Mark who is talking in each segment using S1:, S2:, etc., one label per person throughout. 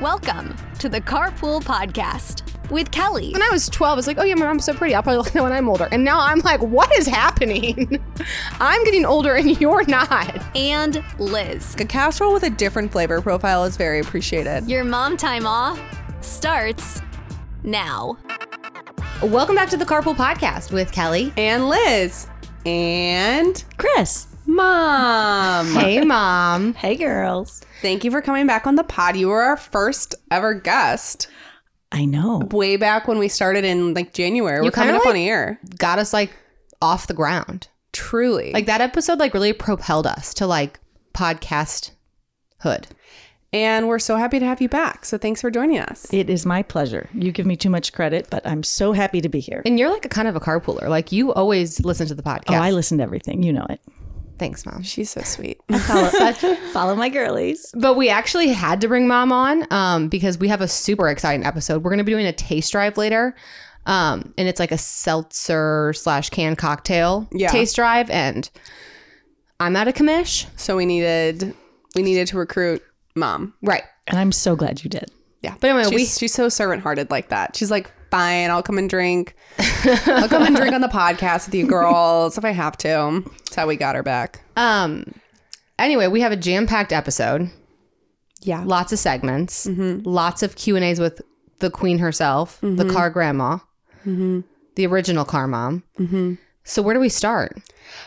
S1: Welcome to the Carpool Podcast with Kelly.
S2: When I was 12, I was like, oh yeah, my mom's so pretty. I'll probably look at that when I'm older. And now I'm like, what is happening? I'm getting older and you're not.
S1: and Liz.
S3: A casserole with a different flavor profile is very appreciated.
S1: Your mom time off starts now.
S2: Welcome back to the Carpool Podcast with Kelly.
S3: And Liz. And
S4: Chris.
S3: Mom.
S2: Hey, Mom.
S4: Hey, girls.
S3: Thank you for coming back on the pod. You were our first ever guest
S4: I know.
S3: way back when we started in like January. We're
S2: You kinda
S3: coming up
S2: like-
S3: on air.
S2: Got us like off the ground.
S3: Truly.
S2: Like that episode like really propelled us to like podcast hood.
S3: and we're so happy to have you back. So thanks for joining us.
S4: It is my pleasure. You give me too much credit, but I'm so happy to be here.
S2: And you're like a kind of a carpooler. Like you always listen to the podcast.
S4: Oh, I listen to everything. You know it.
S2: Thanks, Mom.
S3: She's so sweet.
S4: Follow, follow my girlies.
S2: But we actually had to bring mom on um, because we have a super exciting episode. We're going to be doing a taste drive later. Um, and it's like a seltzer slash canned cocktail
S3: Yeah.
S2: taste drive. And I'm out of commish.
S3: so we needed we needed to recruit mom.
S2: Right.
S4: And I'm so glad you did.
S3: Yeah.
S2: But anyway,
S3: she's,
S2: we-
S3: she's so servant hearted like that. She's like, fine, I'll come and drink. I'll come and drink on the podcast with you girls if I have to. That's how we got her back.
S2: Um, anyway, we have a jam packed episode.
S3: Yeah. Mm-hmm.
S2: Lots of segments, lots of Q and A's with the queen herself, the car grandma,
S3: Mm-hmm.
S2: the original car mom. So where do we start?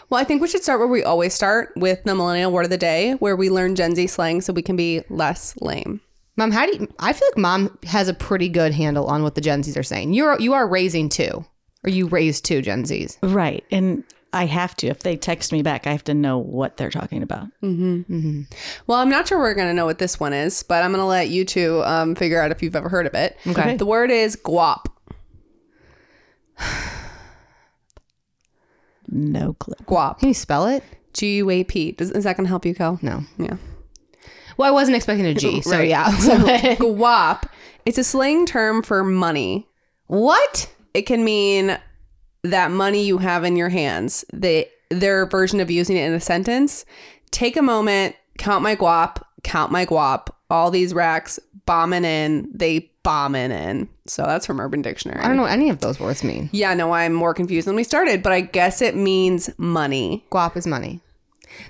S3: Well, I think we should start where we always start with the millennial word of the day, where we learn Gen Z slang so we can be less lame.
S2: Mom, how do you, I feel like mom has a pretty good handle on what the Gen Zs are saying. You're you are raising two, or you raised two Gen Zs.
S4: Right. And I have to. If they text me back, I have to know what they're talking about.
S3: Well, I'm not sure we're going to know what this one is, but I'm going to let you two um, figure out if you've ever heard of it.
S2: Okay.
S3: The word is guap.
S4: No clue.
S3: Guap.
S2: Can you spell it?
S3: G U A P. Does- Is that going to help you, Kel?
S2: No.
S3: Yeah.
S2: Well, I wasn't expecting a G, so
S3: Right.
S2: yeah.
S3: guap. It's a slang term for money.
S2: what?
S3: It can mean that money you have in your hands. They, their version of using it in a sentence. Take a moment, count my guap, count my guap. All these racks bombing in, they bombing in. So that's from Urban Dictionary.
S2: I don't know what any of those words mean.
S3: Yeah, no, I'm more confused than we started, but I guess it means money.
S2: Guap is money.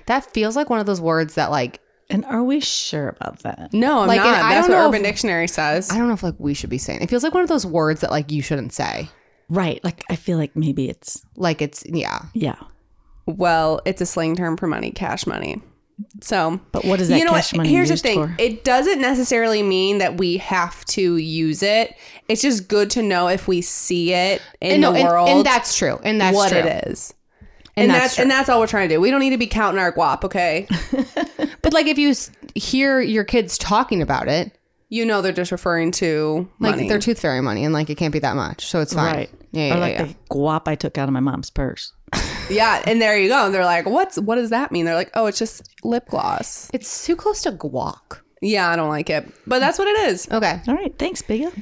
S2: That feels like one of those words that like
S4: And are we sure about that?
S3: No, I'm
S2: Like, and
S3: not.
S2: I
S3: That's
S2: don't
S3: what
S2: know
S3: Urban
S2: if-
S3: Dictionary says.
S2: I don't know if like we should be saying. It feels like one of those words that like you shouldn't say.
S4: Right. Like, I feel like maybe it's,
S2: Like it's yeah.
S4: yeah.
S3: Well, it's a slang term for money, cash money. So,
S4: But what is that
S3: you know
S4: cash
S3: what?
S4: money
S3: Here's
S4: used
S3: the thing:
S4: for?
S3: it doesn't necessarily mean that we have to use it. It's just good to know if we see it in
S2: and, no,
S3: the
S2: and-
S3: world,
S2: and, that's true. And that's
S3: what
S2: true.
S3: it is.
S2: And
S3: And,
S2: that's
S3: that's,
S2: true.
S3: and that's all we're trying to do. We don't need to be counting our guap, okay?
S2: But like if you s- hear your kids talking about it,
S3: you know they're just referring to
S2: like
S3: money.
S2: they're tooth fairy money, and like it can't be that much, so it's fine.
S4: Right.
S2: Yeah, yeah,
S4: or like
S2: yeah.
S4: the guap I took out of my mom's purse.
S3: yeah, and there you go. And they're like, "What's what does that mean?" They're like, "Oh, it's just lip gloss."
S2: It's too close to guac.
S3: Yeah, I don't like it, but that's what it is.
S2: Okay.
S4: All right. Thanks, Bigga.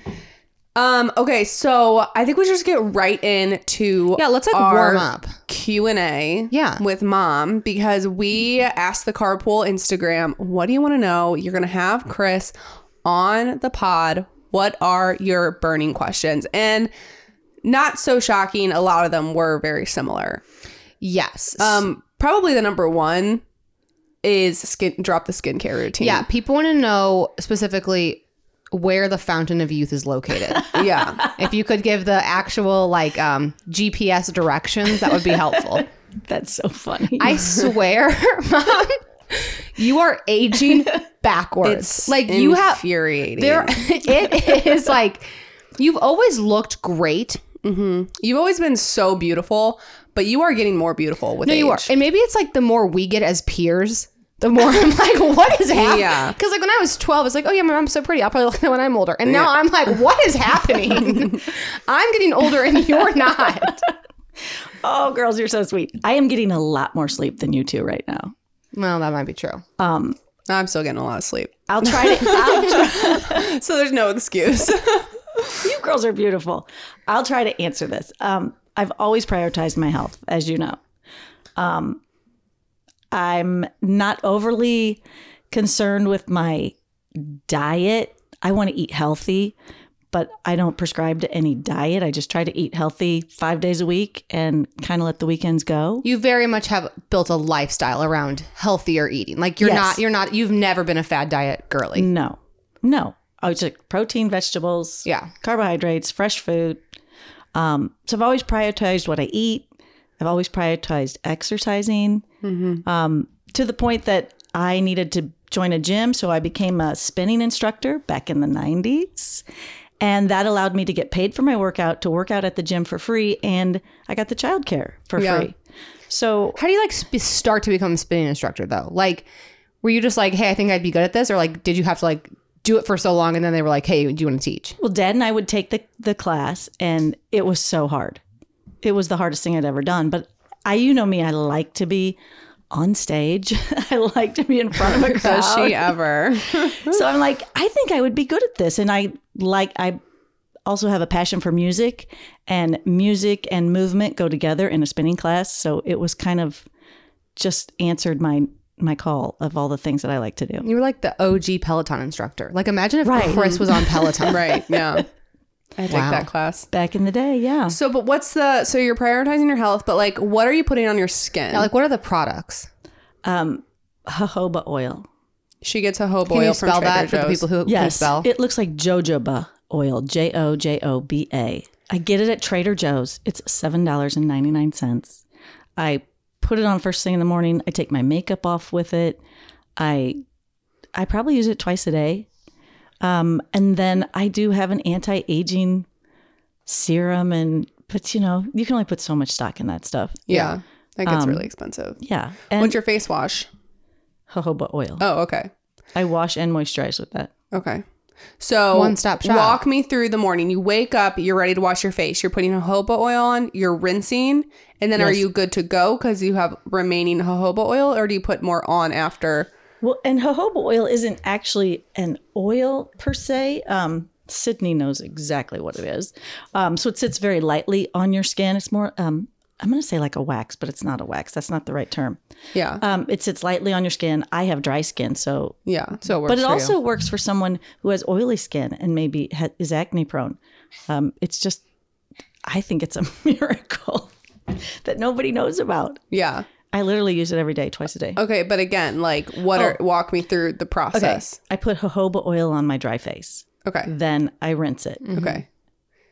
S3: Um, okay, so I think we should just get right into
S2: Yeah, let's like
S3: our
S2: warm up.
S3: Q and A
S2: Yeah.
S3: with mom because we asked the carpool Instagram, what do you want to know? You're gonna have Chris on the pod. What are your burning questions? And not so shocking, a lot of them were very similar.
S2: Yes.
S3: Um, probably the number one is skin drop the skincare routine.
S2: yeah, people want to know specifically where the fountain of youth is located.
S3: yeah.
S2: if you could give the actual like um, GPS directions, that would be helpful.
S4: That's so funny.
S2: I swear, mom, you are aging backwards.
S3: It's
S2: like you have
S3: infuriating.
S2: there. It is like you've always looked great.
S3: You've always been so beautiful, but you are getting more beautiful with
S2: No,
S3: age.
S2: you are. And maybe it's like the more we get as peers, the more I'm like, what is happening?
S3: Yeah.
S2: Because like when I was 12, it's like, oh yeah, my mom's so pretty. I'll probably look at that when I'm older. And now I'm like, what is happening? I'm getting older and you're not.
S4: Oh, girls, you're so sweet. I am getting a lot more sleep than you two right now.
S2: Well, that might be true.
S3: I'm still getting a lot of sleep.
S4: I'll try to. I'll try,
S3: So there's no excuse.
S4: you girls are beautiful. I'll try to answer this. Um, I've always prioritized my health, as you know. Um, I'm not overly concerned with my diet. I want to eat healthy, but I don't prescribe to any diet. I just try to eat healthy five days a week and kind of let the weekends go.
S2: You very much have built a lifestyle around healthier eating. Like you're
S4: Yes.
S2: not, you're not, you've never been a fad diet girly.
S4: No, no. I was like protein, vegetables,
S2: Yeah.
S4: carbohydrates, fresh food. Um, so I've always prioritized what I eat. I've always prioritized exercising um, to the point that I needed to join a gym. So I became a spinning instructor back in the 90s. And that allowed me to get paid for my workout, to work out at the gym for free. And I got the childcare for
S3: Yeah.
S4: free. So
S2: How do you like sp- start to become a spinning instructor though? Like, were you just like, hey, I think I'd be good at this, or like, did you have to like do it for so long, and then they were like, hey, do you want to teach?
S4: Well, Dad and I would take the, the class, and it was so hard. It was the hardest thing I'd ever done. But I, you know me, I like to be on stage. I like to be in front of a crowd.
S3: Does she ever?
S4: So I'm like, I think I would be good at this. And I like, I also have a passion for music, and music and movement go together in a spinning class. So it was kind of just answered my my call of all the things that I like to do.
S2: You were like the OG Peloton instructor. Like, imagine if Chris was on Peloton.
S3: Right. Yeah. I take
S2: Wow.
S3: that class.
S4: Back in the day, yeah.
S3: So, but what's the, so you're prioritizing your health, but like, what are you putting on your skin?
S2: Now, like, what are the products?
S4: Um, jojoba oil.
S3: she gets a hobo
S2: Can
S3: oil
S2: you
S3: from
S2: spell
S3: Trader
S2: that for the
S3: Joe's.
S2: people who can
S4: Yes,
S2: spell?
S4: it looks like jojoba oil. J O J O B A. I get it at Trader Joe's. It's seven dollars and ninety nine cents. I put it on first thing in the morning. I take my makeup off with it. I I probably use it twice a day. Um, and then I do have an anti aging serum, and but you know you can only put so much stock in that stuff.
S3: Yeah. That
S2: Um,
S3: gets really expensive.
S4: Yeah, and
S3: What's your face wash?
S4: jojoba oil.
S3: Oh, okay.
S4: I wash and moisturize with that.
S3: Okay. So
S2: One stop shop.
S3: Walk me through the morning. You wake up, you're ready to wash your face. You're putting jojoba oil on, you're rinsing, and then are you good to go because you have remaining jojoba oil, or do you put more on after?
S4: Well, and jojoba oil isn't actually an oil per se. Um, Sydney knows exactly what it is. Um, so it sits very lightly on your skin. It's more, um, I'm going to say like a wax, but it's not a wax. That's not the right term.
S3: Yeah,
S4: Um, it sits lightly on your skin. I have dry skin, so
S3: yeah. So it works
S4: but it
S3: for you.
S4: also works for someone who has oily skin and maybe ha- is acne prone. Um, it's just, I think it's a miracle that nobody knows about.
S3: yeah.
S4: I literally use it every day, twice a day.
S3: Okay, but again, like, what are
S2: Oh.
S3: walk me through the process?
S4: I put jojoba oil on my dry face.
S3: Okay,
S4: Then I rinse it.
S3: okay,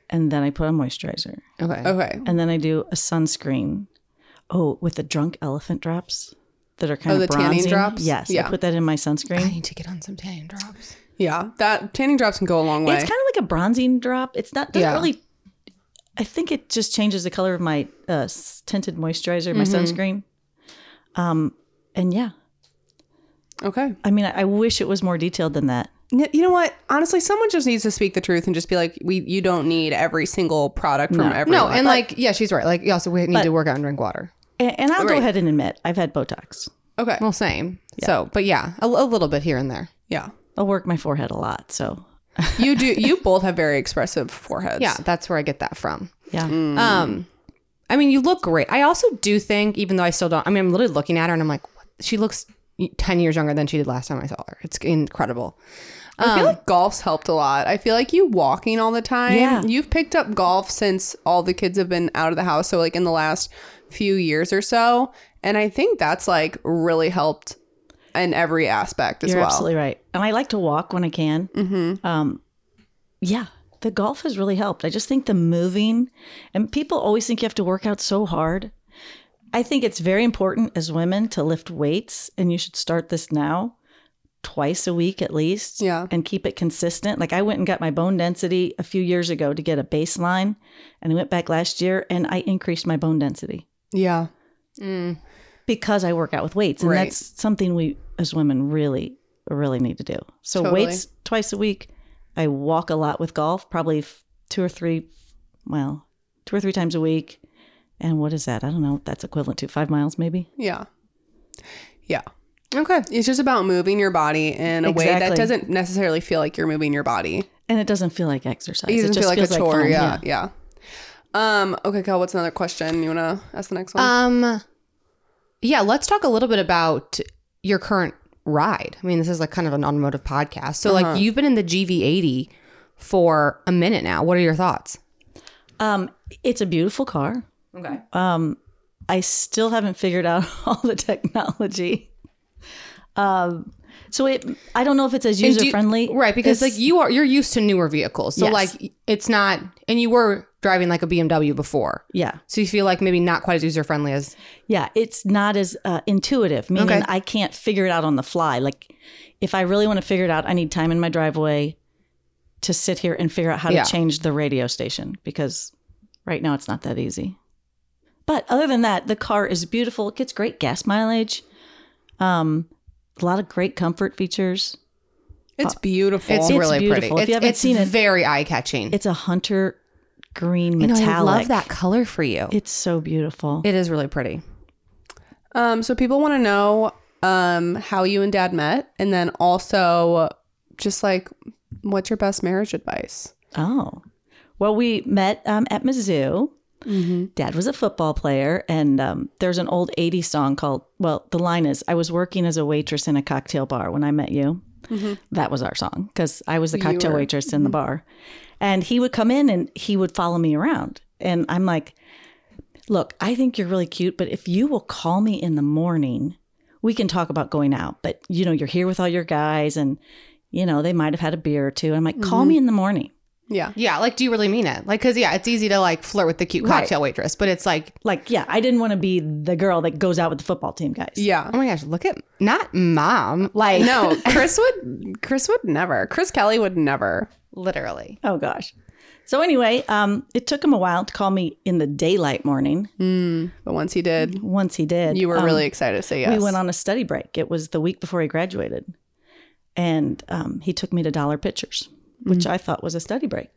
S4: and then I put on moisturizer,
S2: okay.
S3: okay.
S4: and then I do a sunscreen. Oh, with the drunk elephant drops that are kind
S3: Oh,
S4: of
S3: the tanning
S4: bronzing.
S3: drops?
S4: Yes,
S3: Yeah.
S4: I put that in my
S2: I
S4: sunscreen.
S2: need to get on some tanning drops.
S3: Yeah, that tanning drops can go a long way.
S4: It's kind of like a bronzing drop. It's not doesn't
S2: Yeah.
S4: really. I think it just changes the color of my uh, s- tinted moisturizer,
S3: Mm-hmm.
S4: my sunscreen. Um, and yeah,
S3: okay.
S4: I mean, I, I wish it was more detailed than that.
S3: N- You know what? Honestly, someone just needs to speak the truth and just be like, "We, you don't need every single product from everyone."
S2: No, and like, yeah, she's right. Like, you also we need
S4: But-
S2: to work out and drink water.
S4: And, and I'll go
S3: Right.
S4: ahead and admit I've had Botox.
S3: okay,
S2: Well, same. So, but yeah, a, a little bit here and there.
S3: yeah.
S4: I'll work my forehead a lot, so
S3: You do. You both have very expressive foreheads.
S2: Yeah, that's where I get that from.
S4: yeah.
S3: Mm.
S2: Um, I mean, you look great. I also do think, even though I still don't, I mean, I'm literally looking at her and I'm like, what? she looks 10 years younger than she did last time I saw her. It's incredible.
S3: I feel like golf's helped a lot. I feel like you walking all the time.
S4: Yeah.
S3: You've picked up golf since all the kids have been out of the house. So, like, in the last few years or so. And I think that's like really helped in every aspect as
S4: You're
S3: well. Mm-hmm.
S4: absolutely right. And I like to walk when I can. Um, yeah, the golf has really helped. I just think the moving, and people always think you have to work out so hard. I think it's very important as women to lift weights, and you should start this now, twice a week at least.
S3: Yeah.
S4: And keep it consistent. Like I went and got my bone density a few years ago to get a baseline, and I went back last year and I increased my bone density.
S3: Yeah.
S4: because I work out with weights. And
S3: Right.
S4: that's something we as women really, really need to do. So
S3: Totally.
S4: weights twice a week. I walk a lot with golf, probably f- two or three, well, two or three times a week. And what is that? I don't know. That's equivalent to five miles, maybe.
S3: Yeah. Yeah.
S2: Okay.
S3: It's just about moving your body in a way that
S4: Exactly.
S3: doesn't necessarily feel like you're moving your body.
S4: And it doesn't feel like exercise.
S3: It doesn't
S4: just
S3: feel like a
S4: feels
S3: chore.
S4: fun.
S3: yeah, yeah. Um, okay, Kel, what's another question? You wanna ask the next one?
S4: Uh,
S2: Um, yeah, let's talk a little bit about your current ride. I mean, this is like kind of an automotive podcast. So,
S4: Uh-huh.
S2: like, you've been in the GV80 for a minute now. What are your thoughts?
S4: Um, it's a beautiful car.
S2: Okay.
S4: Um, I still haven't figured out all the technology. Um, so it, I don't know if it's as
S2: And do
S4: user
S2: you-
S4: friendly,
S2: right? Because like you are, you're used to newer vehicles. So
S4: Yes.
S2: like it's not, and you were driving like a BMW before,
S4: yeah,
S2: so you feel like maybe not quite as user friendly as
S4: yeah, it's not as uh, intuitive. Meaning
S2: Okay.
S4: I can't figure it out on the fly. Like if I really want to figure it out, I need time in my driveway to sit here and figure out how
S2: Yeah.
S4: to change the radio station because right now it's not that easy. But other than that, the car is beautiful. It gets great gas mileage. Um, a lot of great comfort features.
S3: it's beautiful.
S2: it's,
S4: It's
S2: really
S4: beautiful.
S2: pretty.
S4: If you haven't
S2: it's
S4: seen it-
S2: very eye catching.
S4: It's a hunter green
S2: You know,
S4: metallic.
S2: I love that color for you.
S4: It's so beautiful.
S2: it is really pretty.
S3: um, so people wanna know um how you and dad met and then also just like what's your best marriage advice?
S4: oh. Well, we met um, at Mizzou. Dad was a football player, and um, there's an old 80s song called, well, the line is, I was working as a waitress in a cocktail bar when I met you. That was our song because I was the cocktail waitress in the bar. And he would come in and he would follow me around. And I'm like, look, I think you're really cute, but if you will call me in the morning, we can talk about going out. But, you know, you're here with all your guys and, you know, they might have had a beer or two. I'm like, call me in the morning.
S3: Yeah.
S2: Yeah, like do you really mean it? Like, cause yeah, it's easy to like flirt with the cute
S4: Right.
S2: cocktail waitress, but it's like,
S4: Like, yeah, I didn't want to be the girl that goes out with the football team guys.
S3: Yeah.
S2: oh my gosh, look at not mom, like
S3: No, Chris would Chris would never. Chris Kelly would never.
S2: literally.
S4: Oh gosh. So anyway, um, it took him a while to call me in the daylight morning.
S3: But once he did,
S4: Once he did,
S3: Mm-hmm. you were
S4: um,
S3: really excited to say yes.
S4: We went on a study break. It was the week before he graduated, and um, he took me to Dollar Pictures, which
S2: Mm.
S4: I thought was a study break.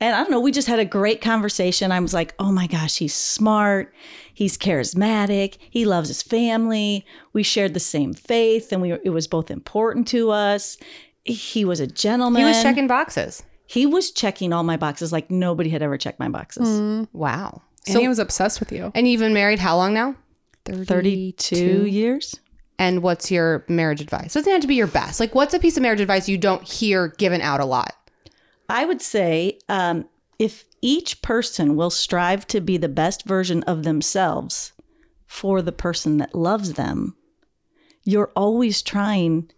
S4: And I don't know, we just had a great conversation. I was like, "Oh my gosh, he's smart. He's charismatic. He loves his family. We shared the same faith, and we were, it was both important to us. He was a gentleman.
S2: He was checking boxes.
S4: He was checking all my boxes like nobody had ever checked my boxes.
S2: Mm, Wow.
S3: and he was obsessed with you.
S2: And you've been married how long now?
S4: 32 years?
S2: And what's your marriage advice? Doesn't have to be your best. Like, what's a piece of marriage advice you don't hear given out a lot?
S4: I would say um, if each person will strive to be the best version of themselves for the person that loves them, you're always trying.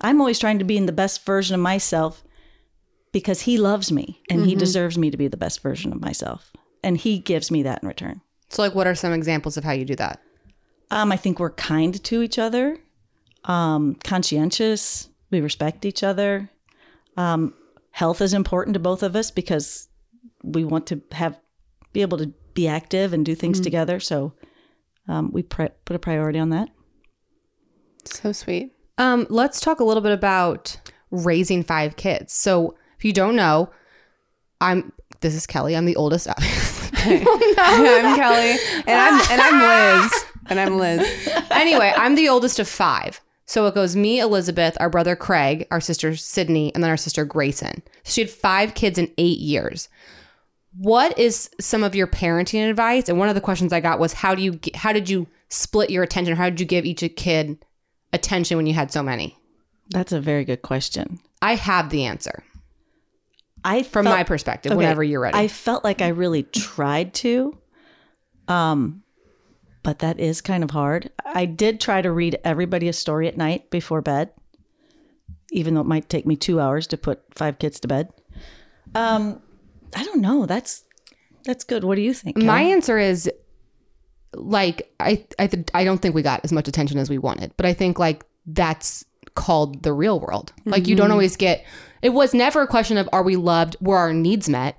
S4: I'm always trying to be in the best version of myself because he loves me and he deserves me to be the best version of myself. And he gives me that in return.
S2: So, like, what are some examples of how you do that?
S4: Um, I think we're kind to each other, um, conscientious. We respect each other. Um, health is important to both of us because we want to have be able to be active and do things together. So um, we pri put a priority on that.
S3: So sweet.
S2: Um, let's talk a little bit about raising five kids. So, if you don't know, I'm this is Kelly. I'm the oldest. obviously.
S3: I'm Kelly, and I'm and I'm Liz, and I'm Liz.
S2: anyway, I'm the oldest of five. So it goes me, Elizabeth, our brother Craig, our sister Sydney, and then our sister Grayson. So she had five kids in eight years. What is some of your parenting advice? And one of the questions I got was how do you g- how did you split your attention? How did you give each kid attention when you had so many?
S4: That's a very good question.
S2: I have the answer
S4: I
S2: from
S4: felt-
S2: my perspective.
S4: Okay,
S2: Whenever you're ready,
S4: I felt like I really tried to. Um but that is kind of hard. I did try to read everybody a story at night before bed, even though it might take me 2 hours to put 5 kids to bed. Um I don't know. That's that's good. What do you think? Kel?
S2: My answer is like I I th- I don't think we got as much attention as we wanted, but I think like that's called the real world. Like you don't always get it was never a question of are we loved, were our needs met,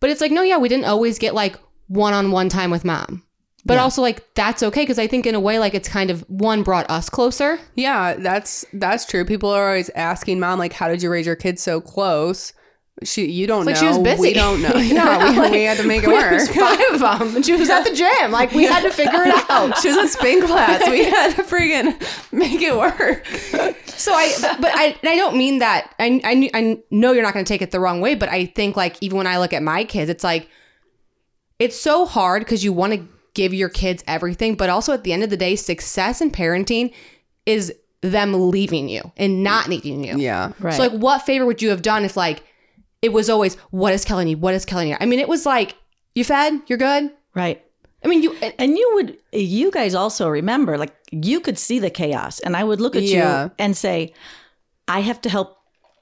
S2: but it's like no, yeah, we didn't always get like one-on-one time with mom. But also like that's okay because I think in a way like it's kind of one brought us closer.
S3: Yeah, that's that's true. People are always asking mom, like, how did you raise your kids so close? She, you don't know.
S2: Like, she was busy.
S3: We don't know. Yeah, we, we had to make it
S2: There's
S3: work.
S2: five of them. And she was at the gym. Like we had to figure it out.
S3: She was in spin class. We had to freaking make it work.
S2: So I, but I, and I don't mean that. I, I, kn- I know you're not going to take it the wrong way, but I think like even when I look at my kids, it's like it's so hard because you want to give your kids everything, but also at the end of the day, success in parenting is them leaving you and not needing you.
S3: Yeah.
S4: Right.
S2: So like, what favor would you have done if like it was always what is Kelly need? What is Kelly need? I mean, it was like you fed, you're good.
S4: right.
S2: I mean, you.
S4: And you would, you guys also remember, like you could see the chaos, and I would look at
S3: Yeah.
S4: you and say, I have to help,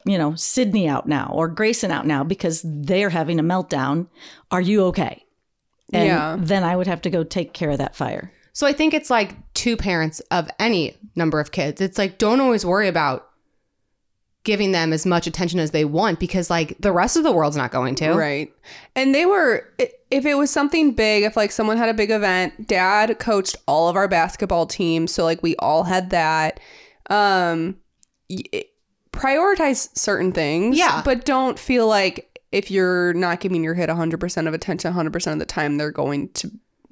S4: you know, Sydney out now or Grayson out now because they're having a meltdown. Are you okay? And
S3: Yeah.
S4: then I would have to go take care of that fire.
S2: So I think it's like two parents of any number of kids. It's like don't always worry about giving them as much attention as they want because like the rest of the world's not going to.
S3: Right. And they were, i- if it was something big, if like someone had a big event, dad coached all of our basketball teams. So like we all had that. Um, y- it- prioritize certain things.
S2: Yeah.
S3: But don't feel like if you're not giving your kid 100% of attention 100% of the time, they're going to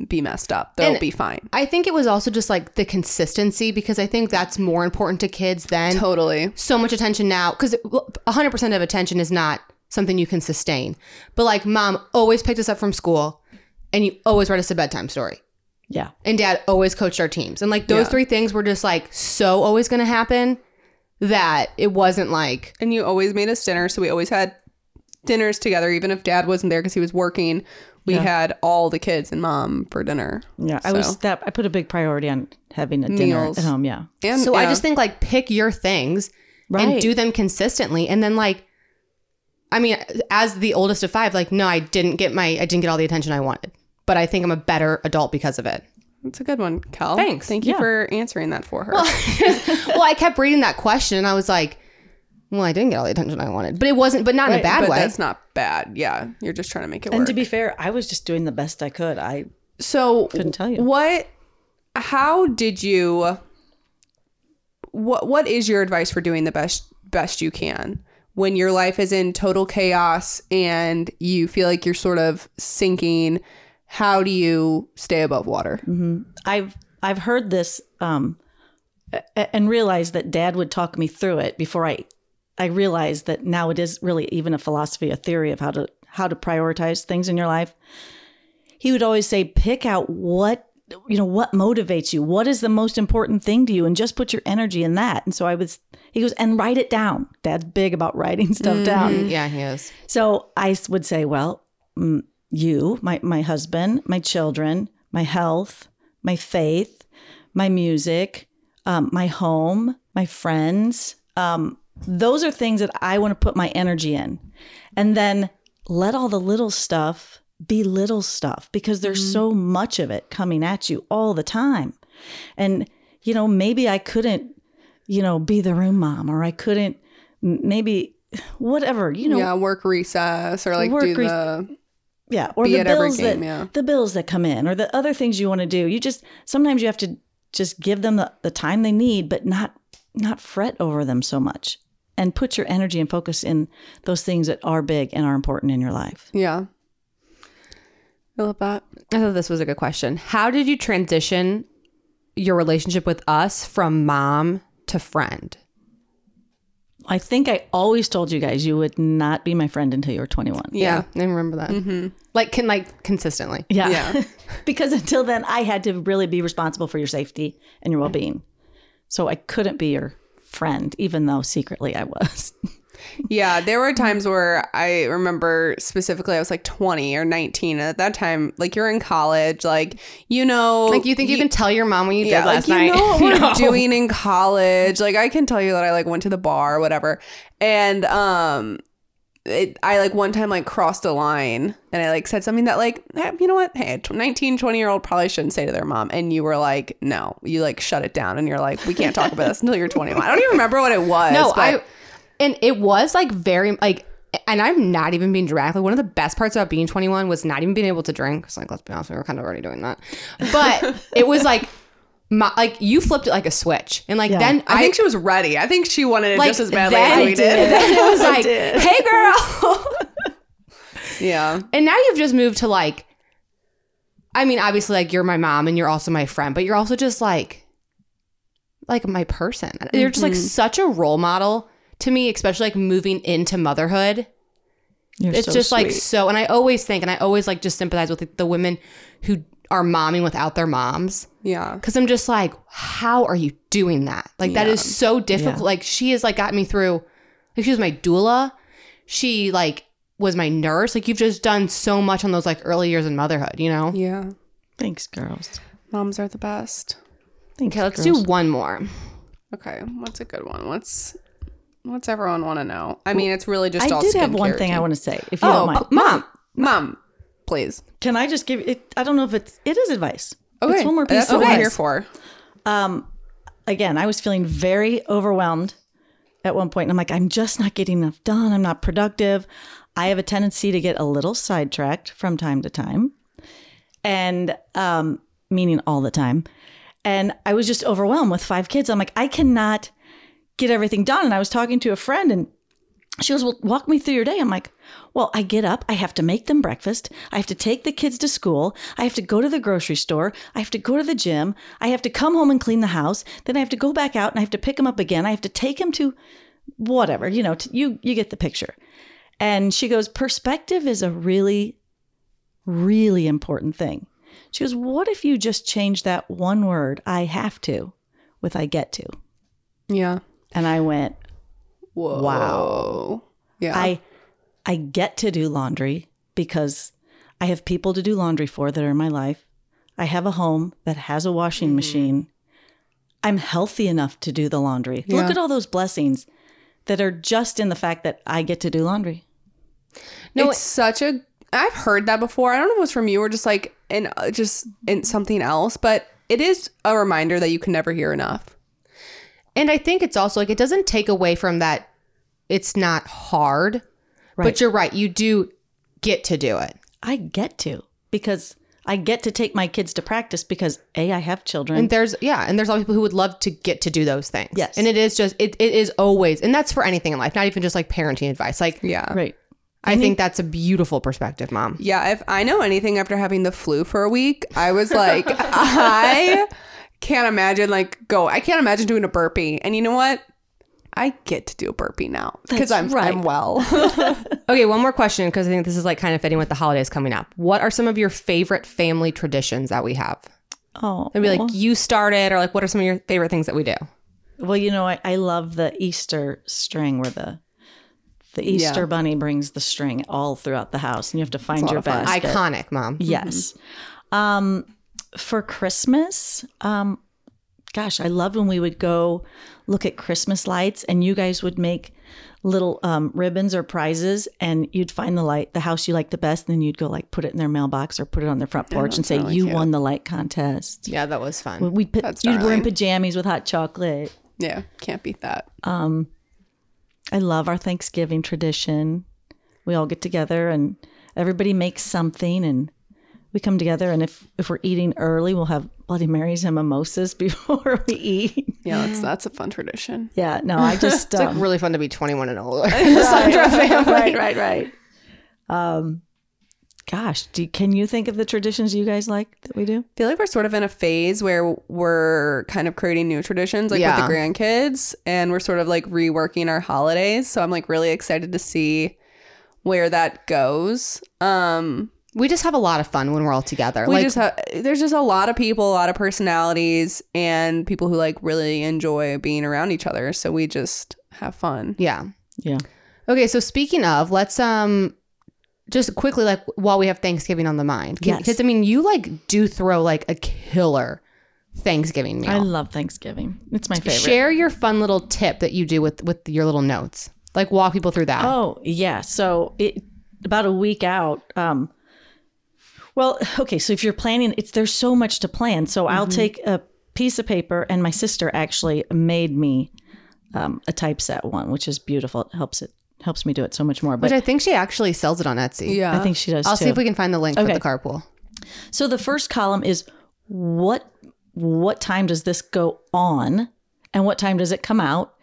S3: be messed up. They'll
S2: And-
S3: be fine.
S2: I think it was also just like the consistency because I think that's more important to kids than
S3: Totally.
S2: so much attention now because 100% of attention is not something you can sustain. But like mom always picked us up from school and you always read us a bedtime story.
S4: Yeah.
S2: and dad always coached our teams. And like those
S3: Yeah.
S2: three things were just like so always going to happen that it wasn't like
S3: And you always made us dinner. So we always had dinners together, even if dad wasn't there because he was working. We had all the kids and mom for dinner.
S4: Yeah. I was that, I put a big priority on having a dinner
S3: Meals.
S4: at home. Yeah.
S3: And
S2: so I
S3: yeah.
S2: just think like pick your things and
S4: Right.
S2: do them consistently and then like I mean as the oldest of 5 like no I didn't get my I didn't get all the attention I wanted, but I think I'm a better adult because of it.
S3: That's a good one, Cal.
S2: Thanks.
S3: Thank you
S4: Yeah.
S3: for answering that for her.
S2: well, I kept reading that question and I was like well, I didn't get all the attention I wanted, but it wasn't, but not in a bad
S3: but
S2: way.
S3: that's not bad. Yeah, you're just trying to make it
S4: And
S3: work.
S4: to be fair, I was just doing the best I could. I
S3: so
S4: Couldn't tell you.
S3: what. How did you? What What is your advice for doing the best best you can when your life is in total chaos and you feel like you're sort of sinking? How do you stay above water?
S4: I've I've heard this um, a- a- and realized that Dad would talk me through it before I I realized that now it is really even a philosophy, a theory of how to how to prioritize things in your life. He would always say, pick out what you know what motivates you, what is the most important thing to you, and just put your energy in that. And so I was. He goes and write it down. Dad's big about writing stuff down.
S2: yeah, he is.
S4: So I s- would say, well, mm, you, my my husband, my children, my health, my faith, my music, um, my home, my friends. Um, those are things that I want to put my energy in, and then let all the little stuff be little stuff because there's so much of it coming at you all the time, and you know maybe I couldn't, you know, be the room mom or I couldn't m- maybe whatever you know
S3: yeah, work recess or like
S4: Work
S3: do
S4: rec-
S3: the
S4: yeah, or
S3: be
S4: the
S3: at every
S4: bills
S3: game,
S4: that
S3: yeah.
S4: the bills that come in, or the other things you want to do. You just sometimes you have to just give them the, the time they need, but not not fret over them so much, and put your energy and focus in those things that are big and are important in your life.
S3: yeah. I love that.
S2: I thought this was a good question. How did you transition your relationship with us from mom to friend?
S4: I think I always told you guys you would not be my friend until you were 21.
S3: Yeah.
S2: I remember that. Mm-hmm. Like can like consistently.
S4: Yeah.
S3: Yeah.
S4: because until then, I had to really be responsible for your safety and your well being. So I couldn't be your friend, even though secretly I was.
S3: Yeah, there were times where I remember specifically I was like 20 or 19 and at that time like you're in college like you know
S2: Like you think you, can tell your mom when you
S3: yeah,
S2: did last
S3: like,
S2: night?
S3: You know what we're
S2: No.
S3: doing in college. Like I can tell you that I like went to the bar or whatever. And um it, I like one time like crossed a line and I like said something that like eh, you know what hey a tw- 19 20 year old probably shouldn't say to their mom and you were like no you like shut it down and you're like we can't talk about this until you're 21 I don't even remember what it was
S2: No,
S3: but-
S2: I and it was like very like and I'm not even being dramatic. Like one of the best parts about being 21 was not even being able to drink. 'Cause, like let's be honest, we were kind of already doing that. But it was like my like you flipped it like a switch, and like then
S3: I,
S2: I,
S3: think she was ready. I think she wanted it
S2: like
S3: just as badly
S2: then,
S3: as we did.
S2: then it was like, hey girl,
S3: Yeah.
S2: and now you've just moved to like, I mean, obviously like you're my mom and you're also my friend, but you're also just like, like my person. You're just
S4: Mm-hmm.
S2: like such a role model to me, especially like moving into motherhood.
S4: You're
S2: it's
S4: so
S2: just like
S4: sweet.
S2: so and i always think and i always like just sympathize with the women who are momming without their moms
S3: Yeah.
S2: because i'm just like how are you doing that like that is so difficult like she has like got me through like she was my doula she like was my nurse like you've just done so much on those like early years in motherhood you know
S3: Yeah.
S4: Thanks, girls.
S3: Moms are the best.
S4: Thanks.
S2: okay let's
S4: girls.
S2: do one more
S3: Okay, what's a good one? What's what's everyone want to know? I mean, it's really just.
S4: I
S3: all
S4: did have
S3: skincare
S4: one thing I
S3: routine.
S4: want to say, if you don't mind.
S2: p- Oh, mom
S3: Mom, please.
S4: Oh, Can I just give it? I don't know if it's it is advice.
S3: Okay,
S4: it's one more piece
S3: That's
S4: of
S3: what we're
S4: advice.
S3: here for.
S4: again, I was feeling very overwhelmed at one point, And I'm like, I'm just not getting enough done. I'm not productive. I have a tendency to get a little sidetracked from time to time, and um, meaning all the time. And I was just overwhelmed with five kids. I'm like, I cannot get everything done. And I was talking to a friend, and she goes, Well, walk me through your day. I'm like, Well, I get up, I have to make them breakfast, I have to take the kids to school, I have to go to the grocery store, I have to go to the gym, I have to come home and clean the house, then I have to go back out and I have to pick them up again, I have to take them to whatever, you know, t- you you get the picture. And she goes, Perspective is a really, really important thing. She goes, What if you just change that one word, I have to, with I get to?
S3: Yeah.
S4: And I went,
S3: Whoa.
S4: Wow.
S3: Yeah.
S4: I I get to do laundry because I have people to do laundry for that are in my life. I have a home that has a washing machine. I'm healthy enough to do the laundry.
S3: Yeah.
S4: Look at all those blessings that are just in the fact that I get to do laundry.
S2: no
S3: it's such a. I've heard that before. I don't know if it was from you or just like in uh, just in something else, but it is a reminder that you can never hear enough.
S2: And I think it's also like it doesn't take away from that it's not hard. But
S4: Right.
S2: you're right, you do get to do it.
S4: I get to because I get to take my kids to practice because A, I have children.
S2: And there's yeah, and there's a lot of people who would love to get to do those things.
S4: Yes.
S2: And it is just it, it is always and that's for anything in life, not even just like parenting advice. Like
S3: Yeah.
S4: right.
S2: I think that's a beautiful perspective, mom.
S3: Yeah, if I know anything after having the flu for a week, I was like, I can't imagine like go. I can't imagine doing a burpee. And you know what? I get to do a burpee now because I'm
S4: right.
S3: I'm well.
S2: Okay, one more question because I think this is like kind of fitting with the holidays coming up. What are some of your favorite family traditions that we have?
S4: Oh.
S2: Maybe like you started or like what are some of your favorite things that we do?
S4: Well, you know, I, I love the Easter string where the the Easter bunny brings the string all throughout the house, and you have to find your basket.
S2: Iconic, mom.
S4: Yes. Um, for Christmas, um, gosh, I loved when we would go look at Christmas lights, and you guys would make little um, ribbons or prizes, and you'd find the light, the house you liked the best, and then you'd go like put it in their mailbox or put it on their front porch and say you won the light contest.
S2: Yeah, that was fun.
S4: We'd put, you'd wear
S3: darling.
S4: in pajamas with hot chocolate.
S3: yeah, can't beat that.
S4: I love our Thanksgiving tradition. We all get together and everybody makes something and we come together and if if we're eating early, we'll have bloody marys and mimosas before we eat.
S3: Yeah, that's that's a fun tradition.
S4: Yeah, no, I just um,
S2: really fun to be 21 and older.
S4: right, right, right. Um gosh, do, can you think of the traditions you guys like that we do?
S3: I feel like we're sort of in a phase where we're kind of creating new traditions, like
S2: Yeah.
S3: with the grandkids, and we're sort of like reworking our holidays. So I'm like really excited to see where that goes. Um,
S2: we just have a lot of fun when we're all together.
S3: we
S2: like,
S3: just have there's just a lot of people, a lot of personalities, and people who like really enjoy being around each other. So we just have fun.
S2: yeah.
S4: Yeah.
S2: Okay, so speaking of, let's um just quickly like while we have Thanksgiving on the mind. Because
S4: Yes.
S2: I mean, you like do throw like a killer Thanksgiving
S4: I
S2: meal.
S4: love Thanksgiving. It's my favorite.
S2: Share your fun little tip that you do with with your little notes. Like walk people through that.
S4: Oh yeah, so it about a week out. Um, well, okay, so if you're planning, it's there's so much to plan. So I'll
S2: Mm-hmm.
S4: take a piece of paper, and my sister actually made me um, a typeset one, which is beautiful. It helps it helps me do it so much more.
S2: Which
S4: But
S2: I think she actually sells it on Etsy.
S4: I, think she does
S2: I'll
S4: too.
S2: see if we can find the link for
S4: Okay.
S2: the carpool.
S4: So the first column is what what time does this go on and what time does it come out?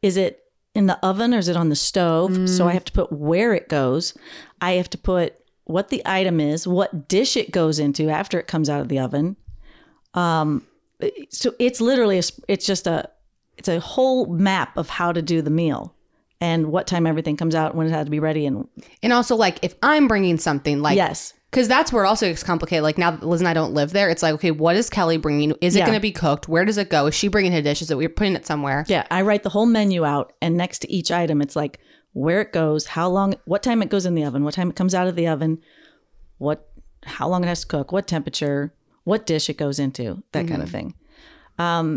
S4: Is it in the oven or is it on the stove? So I have to put where it goes. I have to put what the item is, what dish it goes into after it comes out of the oven. Um so it's literally a, sp- it's just a it's a whole map of how to do the meal and what time everything comes out when it had to be ready and
S2: And also, like, if I'm bringing something, like,
S4: yes
S2: Because that's where it also gets complicated. Like now that Liz and I don't live there, it's like, okay, what is Kelly bringing? Is it
S4: Yeah.
S2: going to be cooked? Where does it go? Is she bringing her dishes? That we're putting it somewhere.
S4: Yeah, I write the whole menu out, and next to each item, it's like where it goes, how long, what time it goes in the oven, what time it comes out of the oven, what, how long it has to cook, what temperature, what dish it goes into, that kind of thing. Um,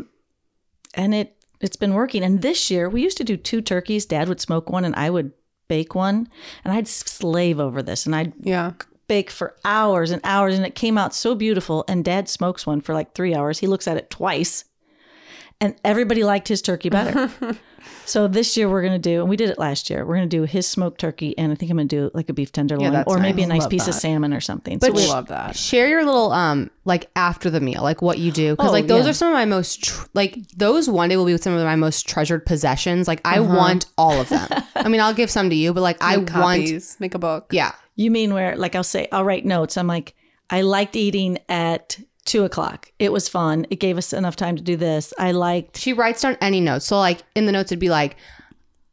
S4: and it it's been working. And this year, we used to do two turkeys. Dad would smoke one, and I would bake one, and I'd slave over this, and I'd
S3: Yeah.
S4: bake for hours and hours and it came out so beautiful and dad smokes one for like 3 hours he looks at it twice and everybody liked his turkey better so this year we're going to do and we did it last year we're going to do his smoked turkey and i think i'm going to do like a beef tenderloin
S2: that's
S4: or maybe a
S2: nice.
S4: nice piece of salmon or something so
S2: But
S4: we-
S2: sh-
S3: Love that.
S2: Share your little um like after the meal, like what you do, because
S4: Oh,
S2: like those
S4: yeah.
S2: are some of my most tr- like those one day will be some of my most treasured possessions. Like I
S4: Uh-huh.
S2: want all of them. I mean, I'll give some to you, but like I
S3: Make
S2: want,
S3: copies, make a book.
S2: yeah,
S4: you mean where like i'll say i'll write notes i'm like i liked eating at two o'clock it was fun it gave us enough time to do this i liked
S2: She writes down any notes. So like in the notes it'd be like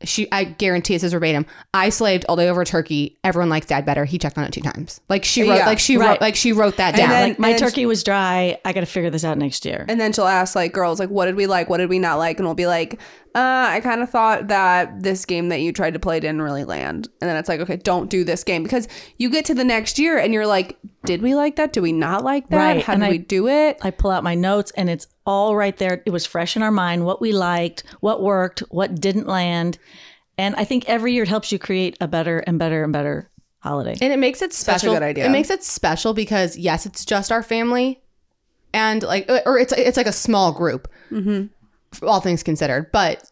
S2: she I guarantee it says verbatim, I slaved all day over turkey. Everyone likes dad better. He checked on it two times. Like she wrote
S3: Yeah,
S2: like she wrote
S4: right.
S2: like she wrote that down.
S3: then-
S2: like
S4: like my
S3: and-
S4: turkey was dry i got to figure this out next year
S3: And then she'll ask like girls like what did we like what did we not like and we'll be like uh I kind of thought that this game that you tried to play didn't really land and then it's like okay don't do this game because you get to the next year and you're like did we like that do we not like that
S4: Right,
S3: how
S4: and
S3: did
S4: I-
S3: we do it
S4: I pull out my notes and it's all right there. It was fresh in our mind what we liked, what worked, what didn't land. And I think every year it helps you create a better and better and better holiday.
S2: and it makes it
S3: a
S2: special.
S3: good idea.
S2: It makes it special because yes, it's just our family and like uh, or it's it's like a small group. Mm-hmm. All things considered, but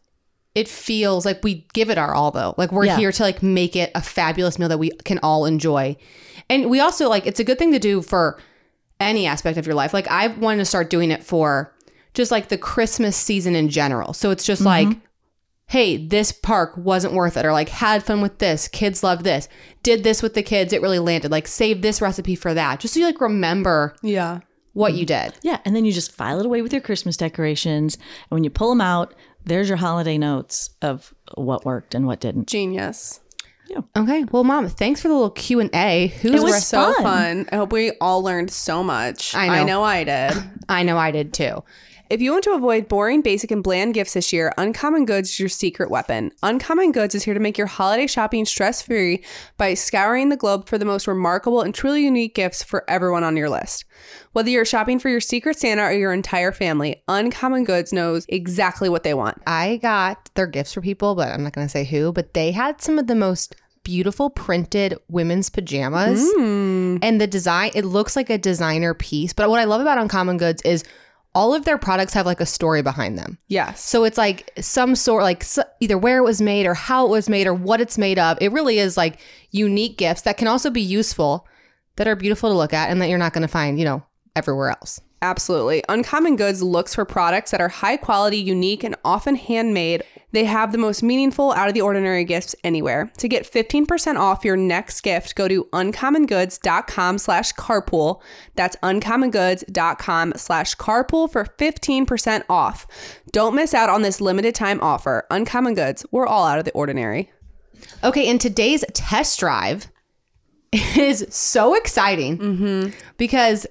S2: it feels like we give it our all though. Like we're
S4: Yeah.
S2: here to like make it a fabulous meal that we can all enjoy. And we also like it's a good thing to do for any aspect of your life. Like I wanted to start doing it for just like the Christmas season in general. So it's just
S3: Mm-hmm.
S2: like hey, this park wasn't worth it or like had fun with this, kids loved this, did this with the kids, it really landed. Like save this recipe for that. Just so you like remember
S3: yeah
S2: what you did.
S4: Yeah. And then you just file it away with your Christmas decorations. And when you pull them out, there's your holiday notes of what worked and what didn't.
S3: genius
S2: Okay. Well, mom, thanks for the little Q&A. Who's
S4: was
S2: re-
S4: It's
S3: so
S4: fun.
S3: fun I hope we all learned so much
S2: I know.
S3: I know I did.
S2: I know I did too.
S3: If you want to avoid boring, basic, and bland gifts this year, Uncommon Goods is your secret weapon. Uncommon Goods is here to make your holiday shopping stress free by scouring the globe for the most remarkable and truly unique gifts for everyone on your list. Whether you're shopping for your secret Santa or your entire family, Uncommon Goods knows exactly what they want.
S2: I got their gifts for people, but I'm not going to say who, but they had some of the most beautiful printed women's pajamas. And the design, it looks like a designer piece. But what I love about Uncommon Goods is all of their products have like a story behind them.
S3: Yes.
S2: So it's like some sort, like s either where it was made or how it was made or what it's made of. It really is like unique gifts that can also be useful, that are beautiful to look at, and that you're not going to find, you know, everywhere else.
S3: Absolutely. Uncommon Goods looks for products that are high quality, unique, and often handmade. They have the most meaningful, out of the ordinary gifts anywhere. To get 15% off your next gift, go to uncommongoods.com slash carpool. That's uncommongoods.com slash carpool for 15% off. Don't miss out on this limited time offer. Uncommon Goods, we're all out of the ordinary.
S2: Okay, and today's test drive is so exciting because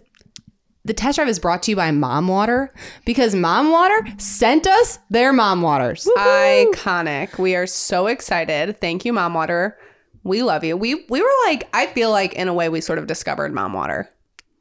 S2: the test drive is brought to you by Mom Water because Mom Water sent us their Mom Waters.
S3: Iconic. We are so excited. Thank you, Mom Water. We love you. We we were like, I feel like in a way we sort of discovered Mom Water.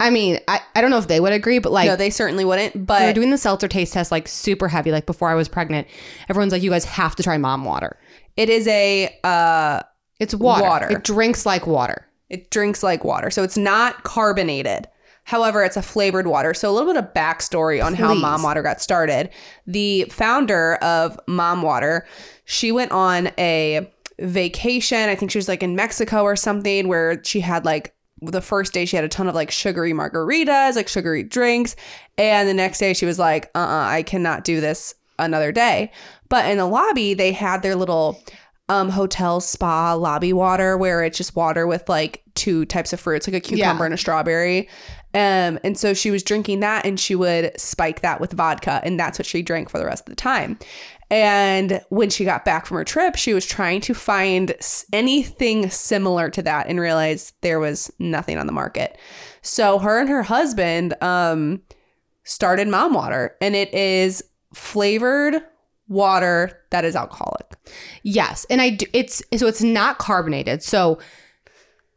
S2: I mean, I, I don't know if they would agree, but like
S3: No, they certainly wouldn't.
S2: we were
S3: But
S2: doing the seltzer taste test like super heavy, like before I was pregnant. Everyone's like, you guys have to try Mom Water.
S3: it is a uh,
S2: It's water.
S3: Water.
S2: It drinks like water.
S3: it drinks like water, so it's not carbonated. However, it's a flavored water. So a little bit of backstory on how
S2: Please.
S3: Mom Water got started. The founder of Mom Water, she went on a vacation. I think she was like in Mexico or something where she had like the first day she had a ton of like sugary margaritas, like sugary drinks. And the next day she was like, uh uh I cannot do this another day. But in the lobby, they had their little um hotel spa lobby water where it's just water with like two types of fruits, like a cucumber and a strawberry. Um, and so she was drinking that and she would spike that with vodka, and that's what she drank for the rest of the time. And when she got back from her trip, she was trying to find s- anything similar to that and realized there was nothing on the market. So her and her husband um, started Mom Water, and it is flavored water that is alcoholic.
S2: Yes, and I do. It's so it's not carbonated, so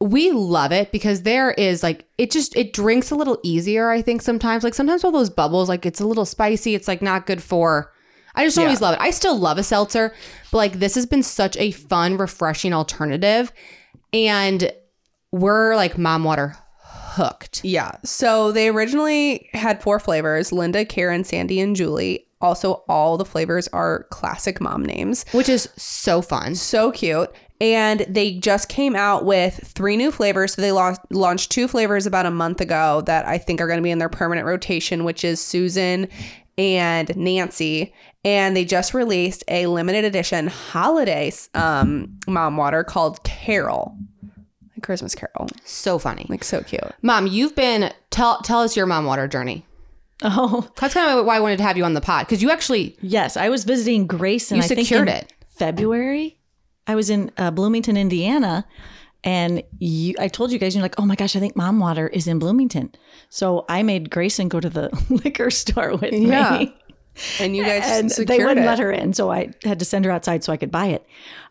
S2: we love it because there is like it just it drinks a little easier. I think sometimes like sometimes all those bubbles like it's a little spicy. It's like not good for. I just always love it. I still love a seltzer, but like this has been such a fun, refreshing alternative, and we're like mom water hooked.
S3: Yeah. So they originally had four flavors Linda, Karen, Sandy, and Julie. Also, all the flavors are classic mom names.
S2: Which is so fun.
S3: So cute. And they just came out with three new flavors. So they lost, launched two flavors about a month ago that I think are going to be in their permanent rotation, which is Susan and Nancy. And they just released a limited edition holiday um, mom water called Carol, like Christmas Carol.
S2: So funny.
S3: Like, so cute.
S2: Mom, you've been tell tell us your mom water journey.
S4: Oh,
S2: That's kind of why I wanted to have you on the pod because you actually
S4: yes. I was visiting Grace and
S2: You
S4: I think
S2: secured
S4: in
S2: it.
S4: February. I was in uh, Bloomington, Indiana, and you, I told you guys, you're like, oh my gosh, I think mom water is in Bloomington. So I made Grayson go to the liquor store with
S3: Yeah.
S4: me.
S3: And you guys
S4: and
S3: secured
S4: they wouldn't
S3: it.
S4: let her in, so I had to send her outside so I could buy it.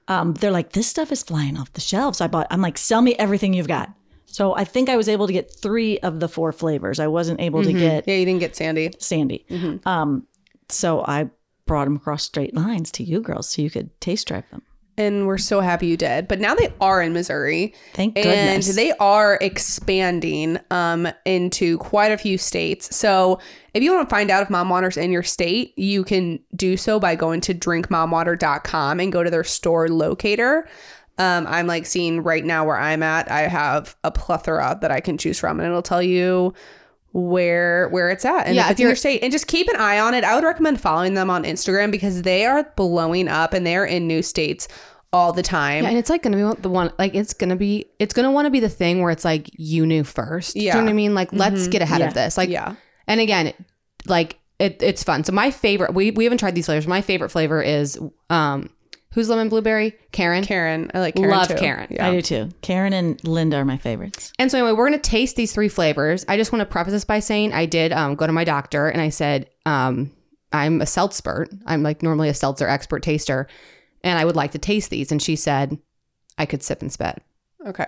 S4: Um, they're like, this stuff is flying off the shelves. I bought. I'm like, sell me everything you've got. So I think I was able to get three of the four flavors. I wasn't able to get
S3: Mm-hmm. Yeah, Mm-hmm. you didn't get Sandy.
S4: Sandy. Um, so I brought them across straight lines to you girls so you could taste drive them.
S3: and we're so happy you did. But now they are in Missouri.
S4: Thank
S3: and
S4: goodness.
S3: they are expanding um, into quite a few states. So if you want to find out if Mom Water's in your state, you can do so by going to drinkmomwater.com and go to their store locator. Um, I'm like seeing right now where I'm at. I have a plethora that I can choose from, and it'll tell you where where it's at and
S2: Yeah,
S3: if
S2: if
S3: it's in your
S2: you're-
S3: state and just keep an eye on it i would recommend following them on instagram because they are blowing up and they're in new states all the time
S2: Yeah, and it's like gonna be the one like it's gonna be it's gonna want to be the thing where it's like you knew first. Do you
S3: Yeah.
S2: know what I mean? Like let's get ahead of this. Like
S3: Yeah.
S2: And again, like it, it's fun. So my favorite we we haven't tried these flavors. My favorite flavor is um who's lemon blueberry Karen.
S3: karen i like karen
S2: Love
S3: too.
S2: Karen.
S3: yeah
S4: I do too. Karen and Linda are my favorites.
S2: And so anyway, we're gonna taste these three flavors. I just want to preface this by saying I did um, go to my doctor and I said um, I'm a seltzpert. I'm like normally a seltzer expert taster, and I would like to taste these. And she said I could sip and spit.
S3: okay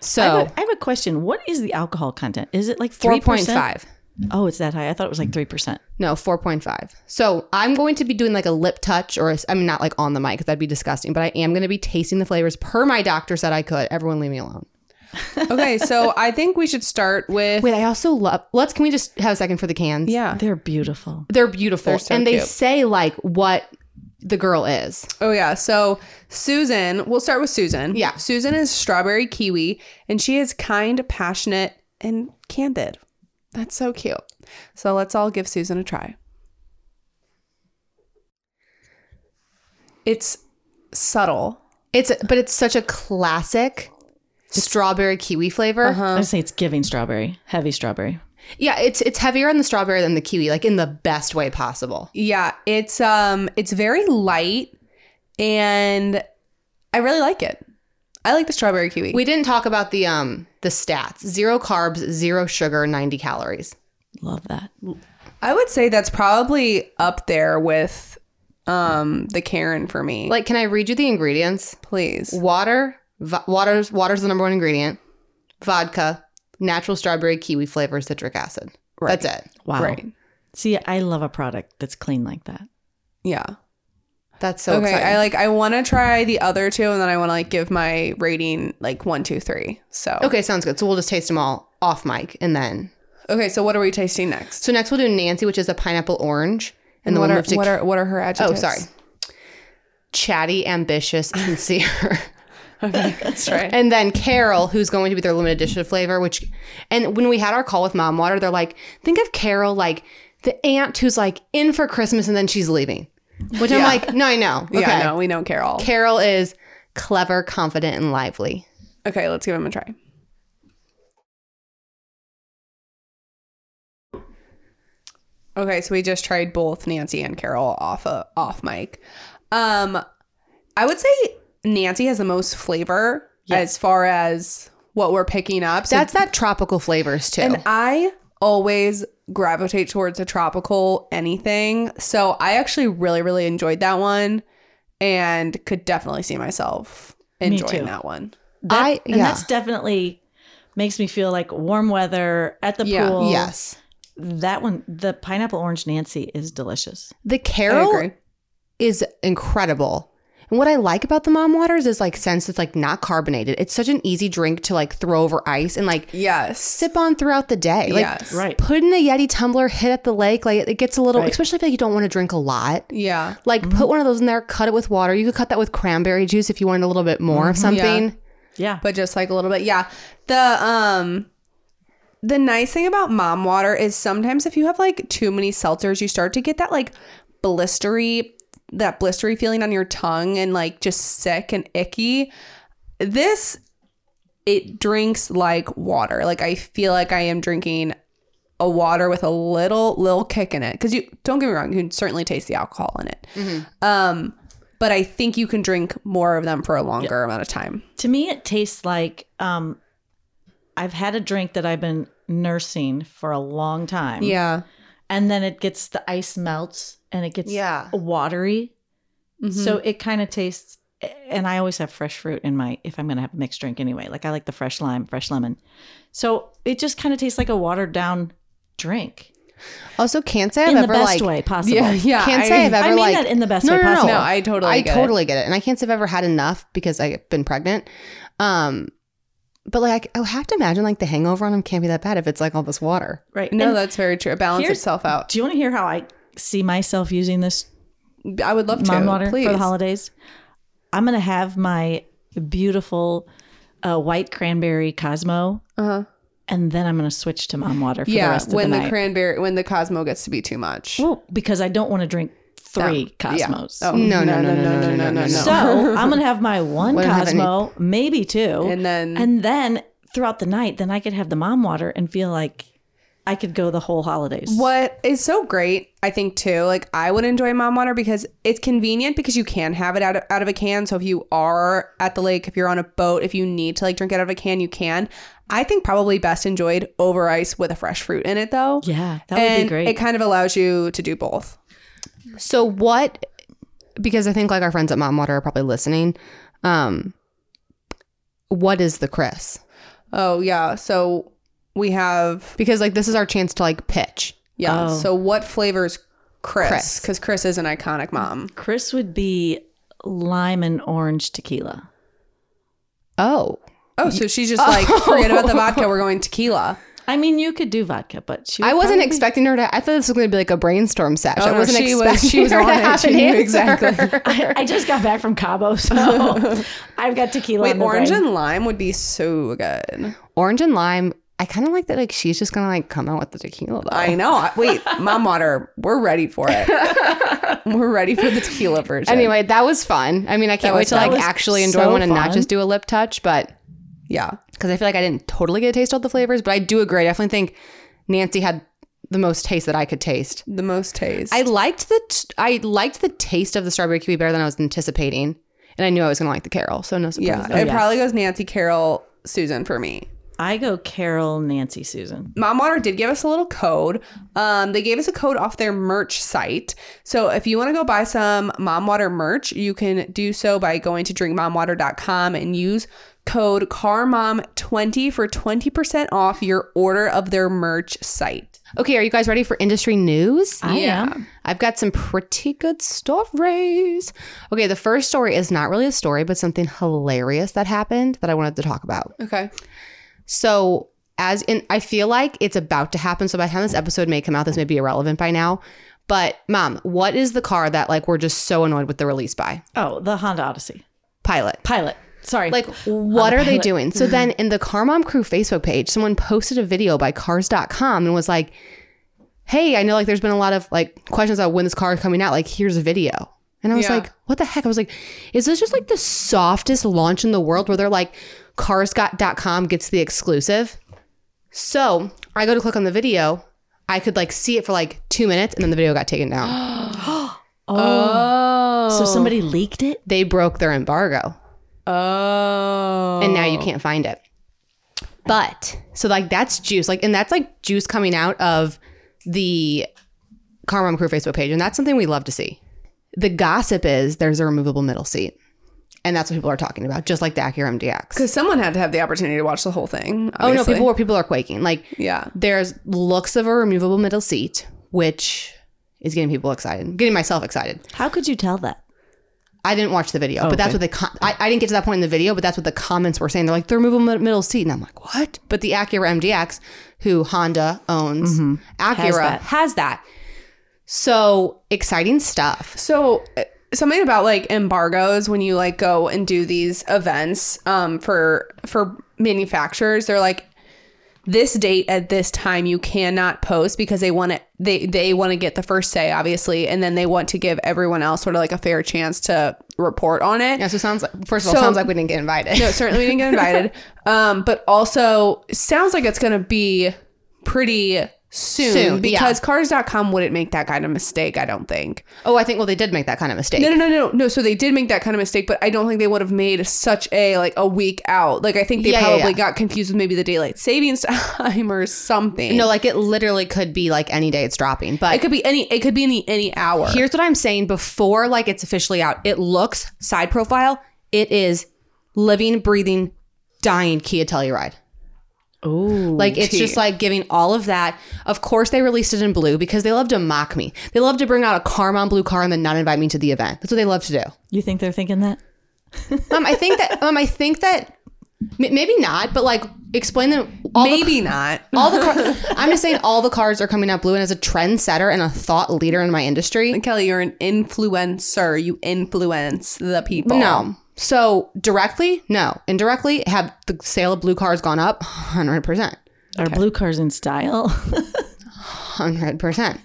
S2: So
S4: I, have a- I have a question. What is the alcohol content? Is it like 3%?
S2: 4.5.
S4: Oh, it's that high. I thought it was like 3%.
S2: No, 4.5. So I'm going to be doing like a lip touch, or a, I mean, not like on the mic, 'cause that'd be disgusting, but I am going to be tasting the flavors per my doctor said I could. Everyone leave me alone.
S3: okay so i think we should start with
S2: Wait, I also love, let's, can we just have a second for the cans?
S3: yeah
S4: They're beautiful.
S2: They're beautiful.
S3: They're so
S2: and they
S3: cute.
S2: say like what the girl is.
S3: oh yeah so susan we'll start with susan
S2: Yeah.
S3: susan is strawberry kiwi and she is kind passionate and candid that's so cute so let's all give susan a try it's subtle
S2: It's, but it's such a classic strawberry kiwi flavor.
S4: I would say it's giving strawberry, heavy strawberry.
S2: Yeah, it's, it's heavier on the strawberry than the kiwi, like in the best way possible.
S3: Yeah, it's um it's very light and I really like it. I like the strawberry kiwi.
S2: We didn't talk about the, um, the stats, zero carbs, zero sugar, 90 calories.
S4: Love that.
S3: I would say that's probably up there with um the Karen for me.
S2: Like, can I read you the ingredients?
S3: please.
S2: Water, vo- water's water's the number one ingredient. Vodka, natural strawberry kiwi flavor, citric acid. That's it.
S4: Wow.
S3: Right.
S4: See, I love a product that's clean like that.
S3: Yeah.
S2: That's so
S3: okay.
S2: exciting.
S3: I like I wanna try the other two and then I wanna like give my rating like one, two, three. So
S2: okay, sounds good. So we'll just taste them all off mic, and then
S3: Okay, so what are we tasting next?
S2: so next we'll do Nancy, which is a pineapple orange, and, then
S3: what
S2: we'll
S3: are
S2: move to
S3: what are what are her
S2: oh
S3: adjectives?
S2: sorry, chatty, ambitious, sincere.
S3: Okay, that's right.
S2: And then Carol, who's going to be their limited edition flavor, which, and when we had our call with Mom Water, they're like, think of Carol like the aunt who's like in for Christmas and then she's leaving. Which I'm like, no, I know. Okay.
S3: Yeah, no, we know Carol.
S2: Carol is clever, confident, and lively.
S3: okay, let's give him a try. Okay, so we just tried both Nancy and Carol off uh, off mic. Um, I would say Nancy has the most flavor as far as what we're picking up. So
S2: That's that tropical flavors too.
S3: And I always gravitate towards a tropical anything. So I actually really, really enjoyed that one and could definitely see myself enjoying
S4: too.
S3: that one.
S4: That-
S2: I-
S4: and
S2: yeah.
S4: that's definitely makes me feel like warm weather at the
S3: Yeah.
S4: pool.
S2: yes.
S4: That one, the pineapple orange Nancy is delicious.
S2: The
S3: I
S2: Carol
S3: agree.
S2: is incredible. And what I like about the mom waters is like since it's like not carbonated, it's such an easy drink to like throw over ice and like
S3: Yes.
S2: sip on throughout the day. Like
S3: yes.
S4: Right.
S2: put in a Yeti tumbler, hit at the lake. Like it gets a little,
S4: Right. Mm-hmm.
S2: especially if like, you don't want to drink a lot.
S3: Yeah.
S2: Like put one of those in there, cut it with water. You could cut that with cranberry juice if you wanted a little bit more of
S4: Mm-hmm.
S2: something.
S4: Yeah.
S3: But just like a little bit. Yeah. The um the nice thing about mom water is sometimes if you have like too many seltzers, you start to get that like blistery that blistery feeling on your tongue and like just sick and icky. This it drinks like water. Like I feel like I am drinking a water with a little little kick in it because you don't get me wrong, you can certainly taste the alcohol in it. Um, but I think you can drink more of them for a longer amount of time.
S4: To me, it tastes like um, I've had a drink that I've been nursing for a long time.
S3: Yeah.
S4: And then it gets the ice melts and it gets
S2: Yeah.
S4: watery.
S3: Mm-hmm.
S4: So it kind of tastes. And I always have fresh fruit in my if I'm going to have a mixed drink anyway. Like I like the fresh lime, fresh lemon. So it just kind of tastes like a watered down drink
S2: Also, can't say I've
S4: in the
S2: ever
S4: best
S2: like
S4: way possible.
S3: yeah.
S2: can't say I've ever
S4: I mean
S2: like
S4: that in the best
S2: no,
S4: way
S2: no, no,
S4: possible.
S3: No, Oh, I totally.
S2: I
S3: get it.
S2: totally get it, and I can't say I've ever had enough because I've been pregnant. Um, but like I, I have to imagine like the hangover on them can't be that bad if it's like all this water.
S4: Right.
S3: No,
S4: And
S3: that's very true. It balances
S4: here's-
S3: itself out.
S4: do you want to hear how I see myself using this
S3: I would love to.
S4: mom water
S3: please.
S4: for the holidays? I'm going to have my beautiful uh, white cranberry Cosmo,
S3: Uh-huh.
S4: and then I'm going to switch to mom water for the
S3: Yeah,
S4: rest of
S3: when
S4: the,
S3: the,
S4: night.
S3: cranberry, when the Cosmo gets to be too much.
S4: well, because I don't want to drink three
S3: Yeah.
S4: Cosmos.
S3: Oh,
S2: No, no, no, no, no, no, no, no.
S4: So I'm gonna have my one
S2: Wouldn't have
S4: Cosmo, maybe two,
S3: And then-
S4: and then throughout the night, then I could have the mom water and feel like I could go the whole holidays.
S3: What is so great, I think too. Like I would enjoy mom water because it's convenient because you can have it out of, out of a can. So if you are at the lake, if you're on a boat, if you need to like drink it out of a can, you can. I think probably best enjoyed over ice with a fresh fruit in it though.
S4: Yeah, that would
S3: and
S4: be great.
S3: It kind of allows you to do both.
S2: So what? Because I think like our friends at Mom Water are probably listening. Um, what is the Chris?
S3: Oh yeah. So we have
S2: Because like this is our chance to like pitch.
S3: Yeah.
S4: Oh.
S3: So what flavors Chris?
S2: Chris.
S3: Because Chris. is an iconic mom.
S4: Chris would be lime and orange tequila.
S2: Oh,
S3: Oh, so she's just like, forget about the vodka. We're going tequila.
S4: I mean, you could do vodka, but she would
S2: I wasn't
S4: probably-
S2: expecting her to. I thought this was going to be like a brainstorm session.
S3: Oh,
S2: I
S3: no,
S2: wasn't
S3: she was-
S2: expecting
S3: she was
S2: her
S3: on
S2: to
S3: it.
S2: have
S3: She
S2: an
S3: knew
S2: answer.
S3: exactly.
S4: I, I just got back from Cabo, so I've got tequila.
S3: Wait,
S4: on the
S3: orange
S4: brain.
S3: and lime would be so good.
S2: Orange and lime. I kind of like that. Like she's just going to like come out with the tequila. Though.
S3: I know. I- Wait, mom water. We're ready for it. we're ready for the tequila version.
S2: Anyway, that was fun. I mean, I can't
S3: That
S2: wait
S3: was
S2: to
S3: fun.
S2: like
S4: That was
S2: actually enjoy
S4: so
S2: one and not
S4: fun.
S2: just do a lip touch, but
S3: yeah.
S2: because I feel like I didn't totally get to taste all the flavors, but I do agree. I definitely think Nancy had the most taste that I could taste.
S3: The most taste.
S2: I liked the t- I liked the taste of the strawberry kiwi better than I was anticipating, and I knew I was going to like the Carol, so no
S3: yeah.
S2: surprise.
S3: it
S4: yeah.
S3: probably goes Nancy, Carol, Susan for me.
S4: I go Carol, Nancy, Susan.
S3: Mom Water did give us a little code. Um, they gave us a code off their merch site. So if you want to go buy some Mom Water merch, you can do so by going to drinkmomwater.com and use code CARMOM20 for 20% off your order of their merch site.
S2: Okay, are you guys ready for industry news?
S4: I am.
S2: I've got some pretty good stories. Okay, the first story is not really a story, but something hilarious that happened that I wanted to talk about.
S3: Okay.
S2: So as in I feel like it's about to happen. So by the time this episode may come out, this may be irrelevant by now. But mom, what is the car that like we're just so annoyed with the release by?
S4: Oh, the Honda Odyssey.
S2: Pilot.
S4: Pilot. Sorry.
S2: Like, what are they
S4: pilot.
S2: doing? So then in the Car Mom Crew Facebook page, someone posted a video by cars.com and was like, hey, I know like there's been a lot of like questions about when this car is coming out. Like, here's a video. And I was
S3: Yeah.
S2: like, what the heck? I was like, is this just like the softest launch in the world where they're like, carsgot.com gets the exclusive? So I go to click on the video. I could like see it for like two minutes and then the video got taken down.
S4: oh. So somebody leaked it?
S2: they broke their embargo.
S3: Oh.
S2: and now you can't find it. But so like that's juice, like and that's like juice coming out of the Car Mom Crew Facebook page, and that's something we love to see. The gossip is there's a removable middle seat, and that's what people are talking about, just like the Acura MDX.
S3: Because someone had to have the opportunity to watch the whole thing.
S2: Oh no,
S3: obviously.
S2: people were people are quaking. Like
S3: Yeah.
S2: there's looks of a removable middle seat, which is getting people excited, getting myself excited.
S4: How could you tell that?
S2: I didn't watch the
S3: Oh,
S2: video, but that's what the com- I, I didn't get to that point in the video, but that's what the comments were saying. They're like the removable mid- middle seat, and I'm like, what? But the Acura MDX, who Honda owns,
S3: Mm-hmm.
S2: Acura has that. So exciting stuff.
S3: So uh, something about like embargoes when you like go and do these events um, for for manufacturers, they're like this date at this time you cannot post because they want to they they want to get the first say obviously, and then they want to give everyone else sort of like a fair chance to report on it.
S2: Yeah, so it sounds like first of all,
S3: So-
S2: it sounds like we didn't get invited.
S3: No, certainly we didn't get invited. um, but also sounds like it's gonna be pretty soon,
S2: Soon, yeah.
S3: because cars.com wouldn't make that kind of mistake, I don't think.
S2: Oh, I think well they did make that kind of mistake.
S3: No, no, no, no, no. So they did make that kind of mistake, but I don't think they would have made such a like a week out. Like I think they
S2: Yeah, yeah,
S3: probably
S2: yeah.
S3: got confused with maybe the daylight savings time or something.
S2: No, like it literally could be like any day it's dropping. But
S3: it could be any. It could be any any hour.
S2: Here's what I'm saying before like it's officially out. It looks side profile. It is living, breathing, dying Kia Telluride. Oh, like it's just like giving all of that. Of course, they released it in blue because they love to mock me. They love to bring out a Carmon blue car and then not invite me to the event. That's what they love to do.
S4: You think they're thinking that?
S2: Um, I think that um, I think that m- maybe not, but like explain them. All the-
S3: maybe not.
S2: all the car- I'm just saying all the cars are coming out blue, and as a trendsetter and a thought leader in my industry,
S3: Kelly, you're an influencer. You influence the people.
S2: No. So directly, no. Indirectly, have the sale of blue cars gone up? 100%.
S4: Are blue cars in style?
S2: 100%.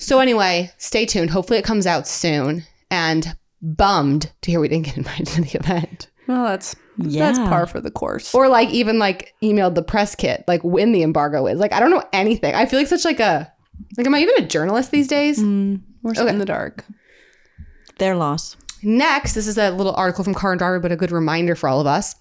S2: so anyway, stay tuned. Hopefully it comes out soon. And bummed to hear we didn't get invited to the event.
S3: Well, that's that's
S4: Yeah.
S3: par for the course.
S2: Or like even like emailed the press kit, like when the embargo is. Like I don't know anything. I feel like such like a like am I even a journalist these days?
S3: We're still in the dark.
S4: Their loss.
S2: Next, this is a little article from Car and Driver, but a good reminder for all of us.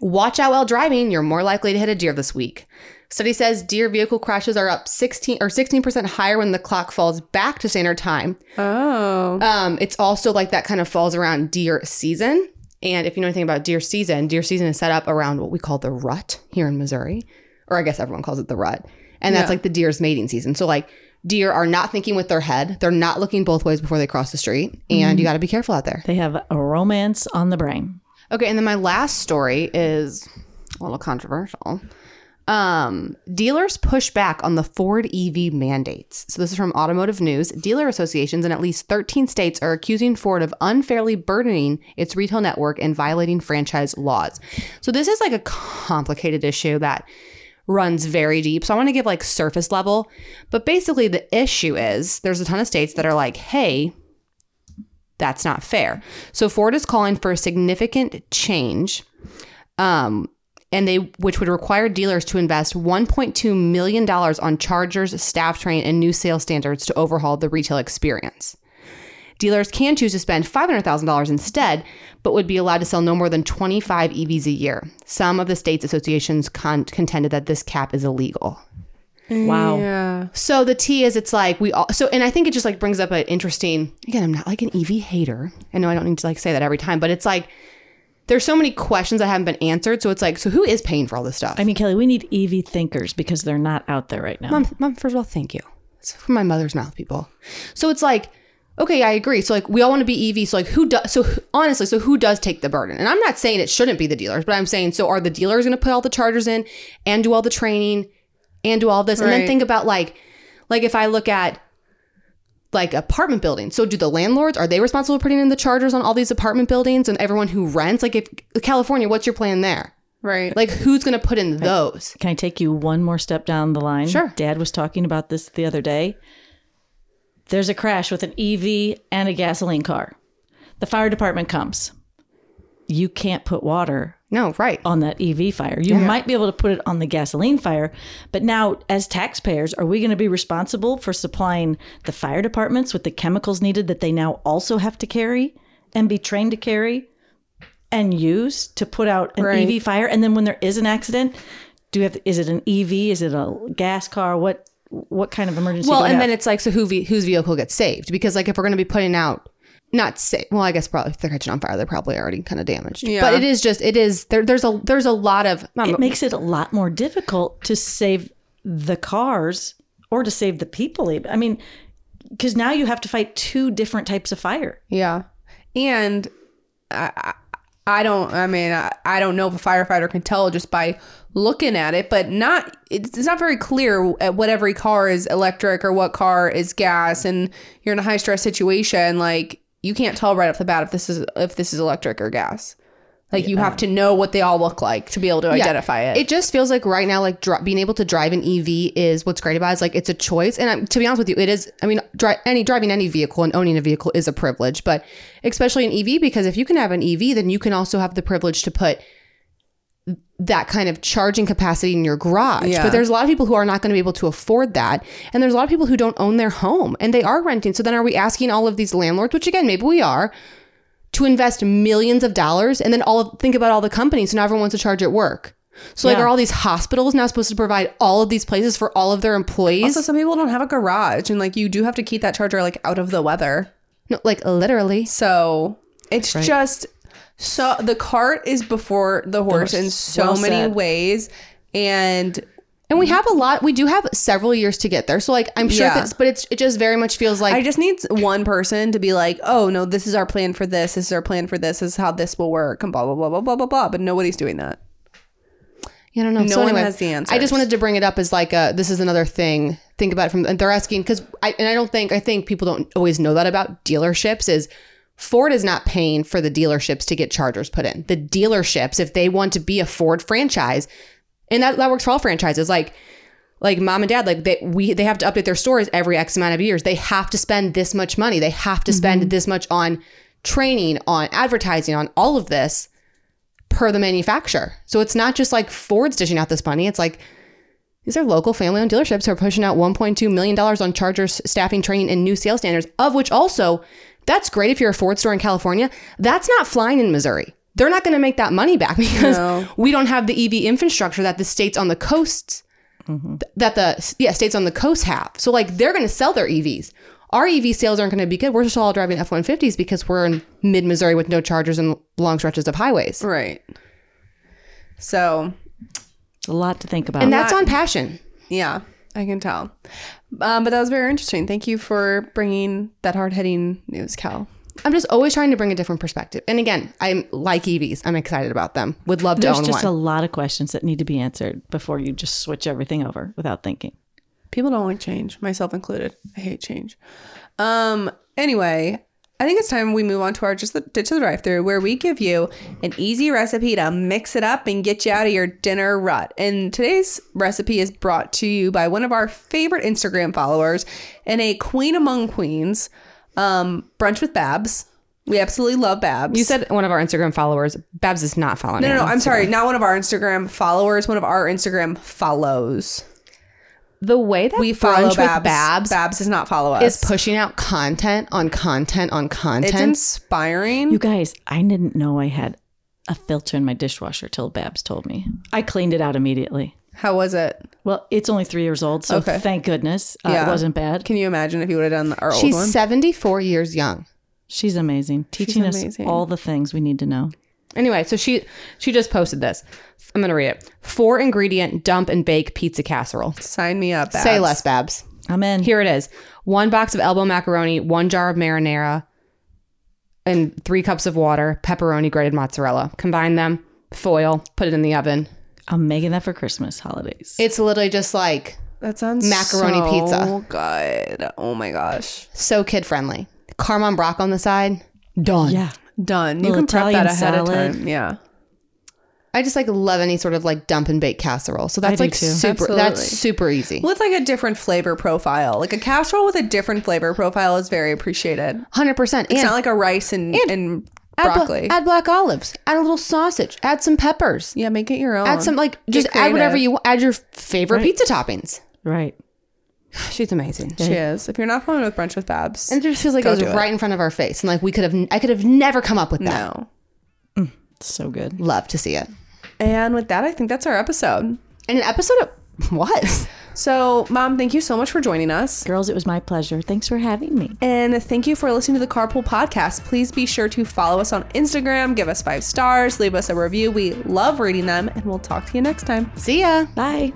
S2: Watch out while driving, you're more likely to hit a deer this week. Study says deer vehicle crashes are up 16 or 16% higher when the clock falls back to standard time.
S3: Oh,
S2: Um, it's also like that kind of falls around deer season. And if you know anything about deer season, deer season is set up around what we call the rut here in Missouri, or I guess everyone calls it the rut. And that's like the deer's mating season. So, like, deer are not thinking with their head, they're not looking both ways before they cross the street. And you got to be careful out there.
S4: They have a romance on the brain.
S2: Okay, and then my last story is a little controversial. Um, dealers push back on the Ford EV mandates. So this is from Automotive News. Dealer associations in at least 13 states are accusing Ford of unfairly burdening its retail network and violating franchise laws. So this is like a complicated issue that runs very deep. So I want to give like surface level, but basically the issue is there's a ton of states that are like, "Hey, that's not fair. So Ford is calling for a significant change, um, and they which would require dealers to invest 1.2 million dollars on chargers, staff train, and new sales standards to overhaul the retail experience. Dealers can choose to spend $500,000 instead, but would be allowed to sell no more than 25 EVs a year. Some of the states' associations con- contended that this cap is illegal.
S4: Wow.
S3: yeah.
S2: So the T is it's like we all so and I think it just like brings up an interesting again, I'm not like an EV hater. I know I don't need to like say that every time, but it's like there's so many questions that haven't been answered. So it's like, so who is paying for all this stuff?
S4: I mean, Kelly, we need EV thinkers because they're not out there right now.
S2: mom, mom, first of all, thank you. It's from my mother's mouth, people. So it's like, okay, I agree. So like, we all want to be EV. So like, who does? So who- honestly, so who does take the burden? And I'm not saying it shouldn't be the dealers, but I'm saying, so are the dealers going to put all the chargers in and do all the training and do all this, and then
S3: Right.
S2: think about like, like if I look at like apartment buildings. So do the landlords are they responsible for putting in the chargers on all these apartment buildings and everyone who rents? Like if California, what's your plan there?
S3: Right.
S2: Like who's going to put in those?
S4: Can I take you one more step down the line?
S2: Sure.
S4: Dad was talking about this the other day. There's a crash with an EV and a gasoline car. The fire department comes. You can't put water
S2: No, right.
S4: on that EV fire. You might be able to put it on the gasoline fire, but now as taxpayers, are we going to be responsible for supplying the fire departments with the chemicals needed that they now also have to carry and be trained to carry and use to put out an
S3: Right.
S4: EV fire? And then when there is an accident, do you have is it an EV? Is it a gas car? What what kind of emergency?
S2: Well,
S4: do we
S2: and
S4: have?
S2: then it's like so who ve- whose vehicle gets saved because like if we're going to be putting out not safe. Well, I guess probably if they're catching on fire, they're probably already kind of damaged.
S3: Yeah.
S2: But it is just it is there. There's a there's a lot of not-
S4: it makes it a lot more difficult to save the cars or to save the people. even. I mean, because now you have to fight two different types of fire.
S3: Yeah. And I, I, I don't, I mean, I, I don't know if a firefighter can tell just by looking at it, but not, it's, it's not very clear at what every car is electric or what car is gas. And you're in a high stress situation. Like you can't tell right off the bat if this is, if this is electric or gas. Like you have to know what they all look like to be able to
S2: Yeah.
S3: identify it.
S2: It just feels like right now, like dri- being able to drive an EV is what's great about it. Is like it's a choice, and um, to be honest with you, it is. I mean, dri- any driving any vehicle and owning a vehicle is a privilege, but especially an EV because if you can have an EV, then you can also have the privilege to put that kind of charging capacity in your garage.
S3: Yeah.
S2: But there's a lot of people who are not going to be able to afford that, and there's a lot of people who don't own their home and they are renting. So then, are we asking all of these landlords, which again, maybe we are, to invest millions of dollars and then all of, think about all the companies. So now everyone wants to charge at work. So like,
S4: Yeah.
S2: are all these hospitals now supposed to provide all of these places for all of their employees?
S3: also, some people don't have a garage and like you do have to keep that charger like out of the weather.
S2: no, like literally.
S3: So it's just so the cart is before the horse in so
S4: well
S3: many
S4: said.
S3: ways. And
S2: And we have a lot. We do have several years to get there. So like, I'm sure
S3: Mm-hmm. Yeah.
S2: that's, but it's it just very much feels like
S3: I just need one person to be like, oh, no, this is our plan for this. This is our plan for this. This is how this will work. And blah, blah, blah, blah, blah, blah, blah. But nobody's doing that.
S2: I don't know.
S3: No
S2: so
S3: one
S2: anyway,
S3: has
S2: I
S3: the
S2: just
S3: answers.
S2: wanted to bring it up as like a, this is another thing. Think about it from and they're asking because I and I don't think I think people don't always know that about dealerships is Ford is not paying for the dealerships to get chargers put in. The dealerships, if they want to be a Ford franchise, and that, that works for all franchises, like like mom and dad, like they we they have to update their stores every X amount of years. They have to spend this much money. They have to spend this much on training, on advertising, on all of this per the manufacturer. So it's not just like Ford's dishing out this money. It's like these are local family owned dealerships who are pushing out $1.2 million on Chargers staffing training and new sales standards, of which also, that's great if you're a Ford store in California. That's not flying in Missouri. They're not going to make that money back because we don't have the EV infrastructure that the states on the coasts th- that the yeah states on the coast have. So like they're going to sell their EVs. Our EV sales aren't going to be good. We're just all driving F one fifties because we're in mid Missouri with no chargers and long stretches of highways.
S3: Right. So
S4: It's a lot to think about.
S2: and that's on passion.
S3: Yeah, I can tell. Um, but that was very interesting. Thank you for bringing that hard hitting news, Cal.
S2: I'm just always trying to bring a different perspective. And again, I'm like EVs. I'm excited about them. Would love to
S4: There's
S2: own
S4: just a
S2: one.
S4: lot of questions that need to be answered before you just switch everything over without thinking.
S3: People don't like change, myself included. I hate change. Um. Anyway, I think it's time we move on to our just the ditch the drive through, where we give you an easy recipe to mix it up and get you out of your dinner rut. And today's recipe is brought to you by one of our favorite Instagram followers and a queen among queens, um, brunch with Babs. We absolutely love Babs.
S2: you said one of our Instagram followers, Babs is not following.
S3: No,
S2: me
S3: no, no.
S2: on
S3: I'm
S2: Instagram.
S3: sorry. Not one of our Instagram followers. One of our Instagram follows.
S2: The way that
S3: We follow
S2: Brunch
S3: Babs.
S2: with Babs,
S3: Babs does not follow
S2: is
S3: us.
S2: pushing out content on content on
S3: it's
S2: content.
S3: inspiring.
S4: You guys, I didn't know I had a filter in my dishwasher till Babs told me. I cleaned it out immediately.
S3: How was it?
S4: Well, it's only three years old, so
S3: Okay.
S4: thank goodness uh,
S3: Yeah.
S4: it wasn't bad.
S3: Can you imagine if you would have done our
S2: She's
S3: old one?
S2: 74 years young.
S4: She's amazing, teaching
S3: amazing.
S4: us all the things we need to know.
S2: Anyway, so she she just posted this. I'm gonna read it. Four ingredient dump and bake pizza casserole.
S3: Sign me up. Babs.
S2: Say less, Babs.
S4: I'm in.
S2: Here it is: one box of elbow macaroni, one jar of marinara, and three cups of water, pepperoni, grated mozzarella. Combine them, foil, put it in the oven.
S4: I'm making that for Christmas holidays.
S2: It's literally just like
S3: That sounds
S2: Macaroni
S3: so
S2: pizza.
S3: Good. Oh my gosh.
S2: So kid friendly. Parm on brock on the side. Done.
S4: Yeah.
S3: Done. You can
S4: Little
S3: prep that
S4: Italian
S3: ahead
S4: salad.
S3: of time. Yeah.
S2: I just like love any sort of like dump and bake casserole. So that's
S4: do
S2: like
S4: too.
S2: super. That's
S3: Absolutely.
S2: super easy.
S3: With like a different flavor profile. Like a casserole with a different flavor profile is very appreciated.
S2: Hundred percent.
S3: It's
S2: And
S3: not like a rice and, and,
S2: add bla-
S3: broccoli.
S2: add black olives. Add a little sausage. Add some peppers.
S3: yeah, make it your own.
S2: Add some like
S3: Get
S2: just add whatever
S3: creative.
S2: you want. Add your favorite pizza toppings.
S4: Right.
S2: She's amazing.
S3: She is. If you're not familiar with brunch with Babs,
S2: And it just feels like
S3: Go
S2: it was
S3: do it.
S2: right in front of our face, and like we could have. I could have never come up with that.
S3: no.
S4: So good.
S2: Love to see it.
S3: And with that, I think that's our episode.
S2: And an episode of what?
S3: So, Mom, thank you so much for joining us.
S4: Girls, it was my pleasure. Thanks for having me.
S3: And thank you for listening to the Carpool Podcast. Please be sure to follow us on Instagram, give us five stars, leave us a review. We love reading them, and we'll talk to you next time.
S2: See ya.
S4: Bye.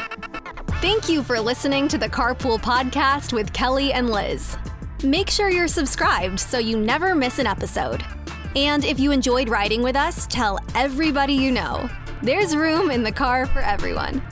S1: Thank you for listening to the Carpool Podcast with Kelly and Liz. Make sure you're subscribed so you never miss an episode. And if you enjoyed riding with us, tell everybody you know. There's room in the car for everyone.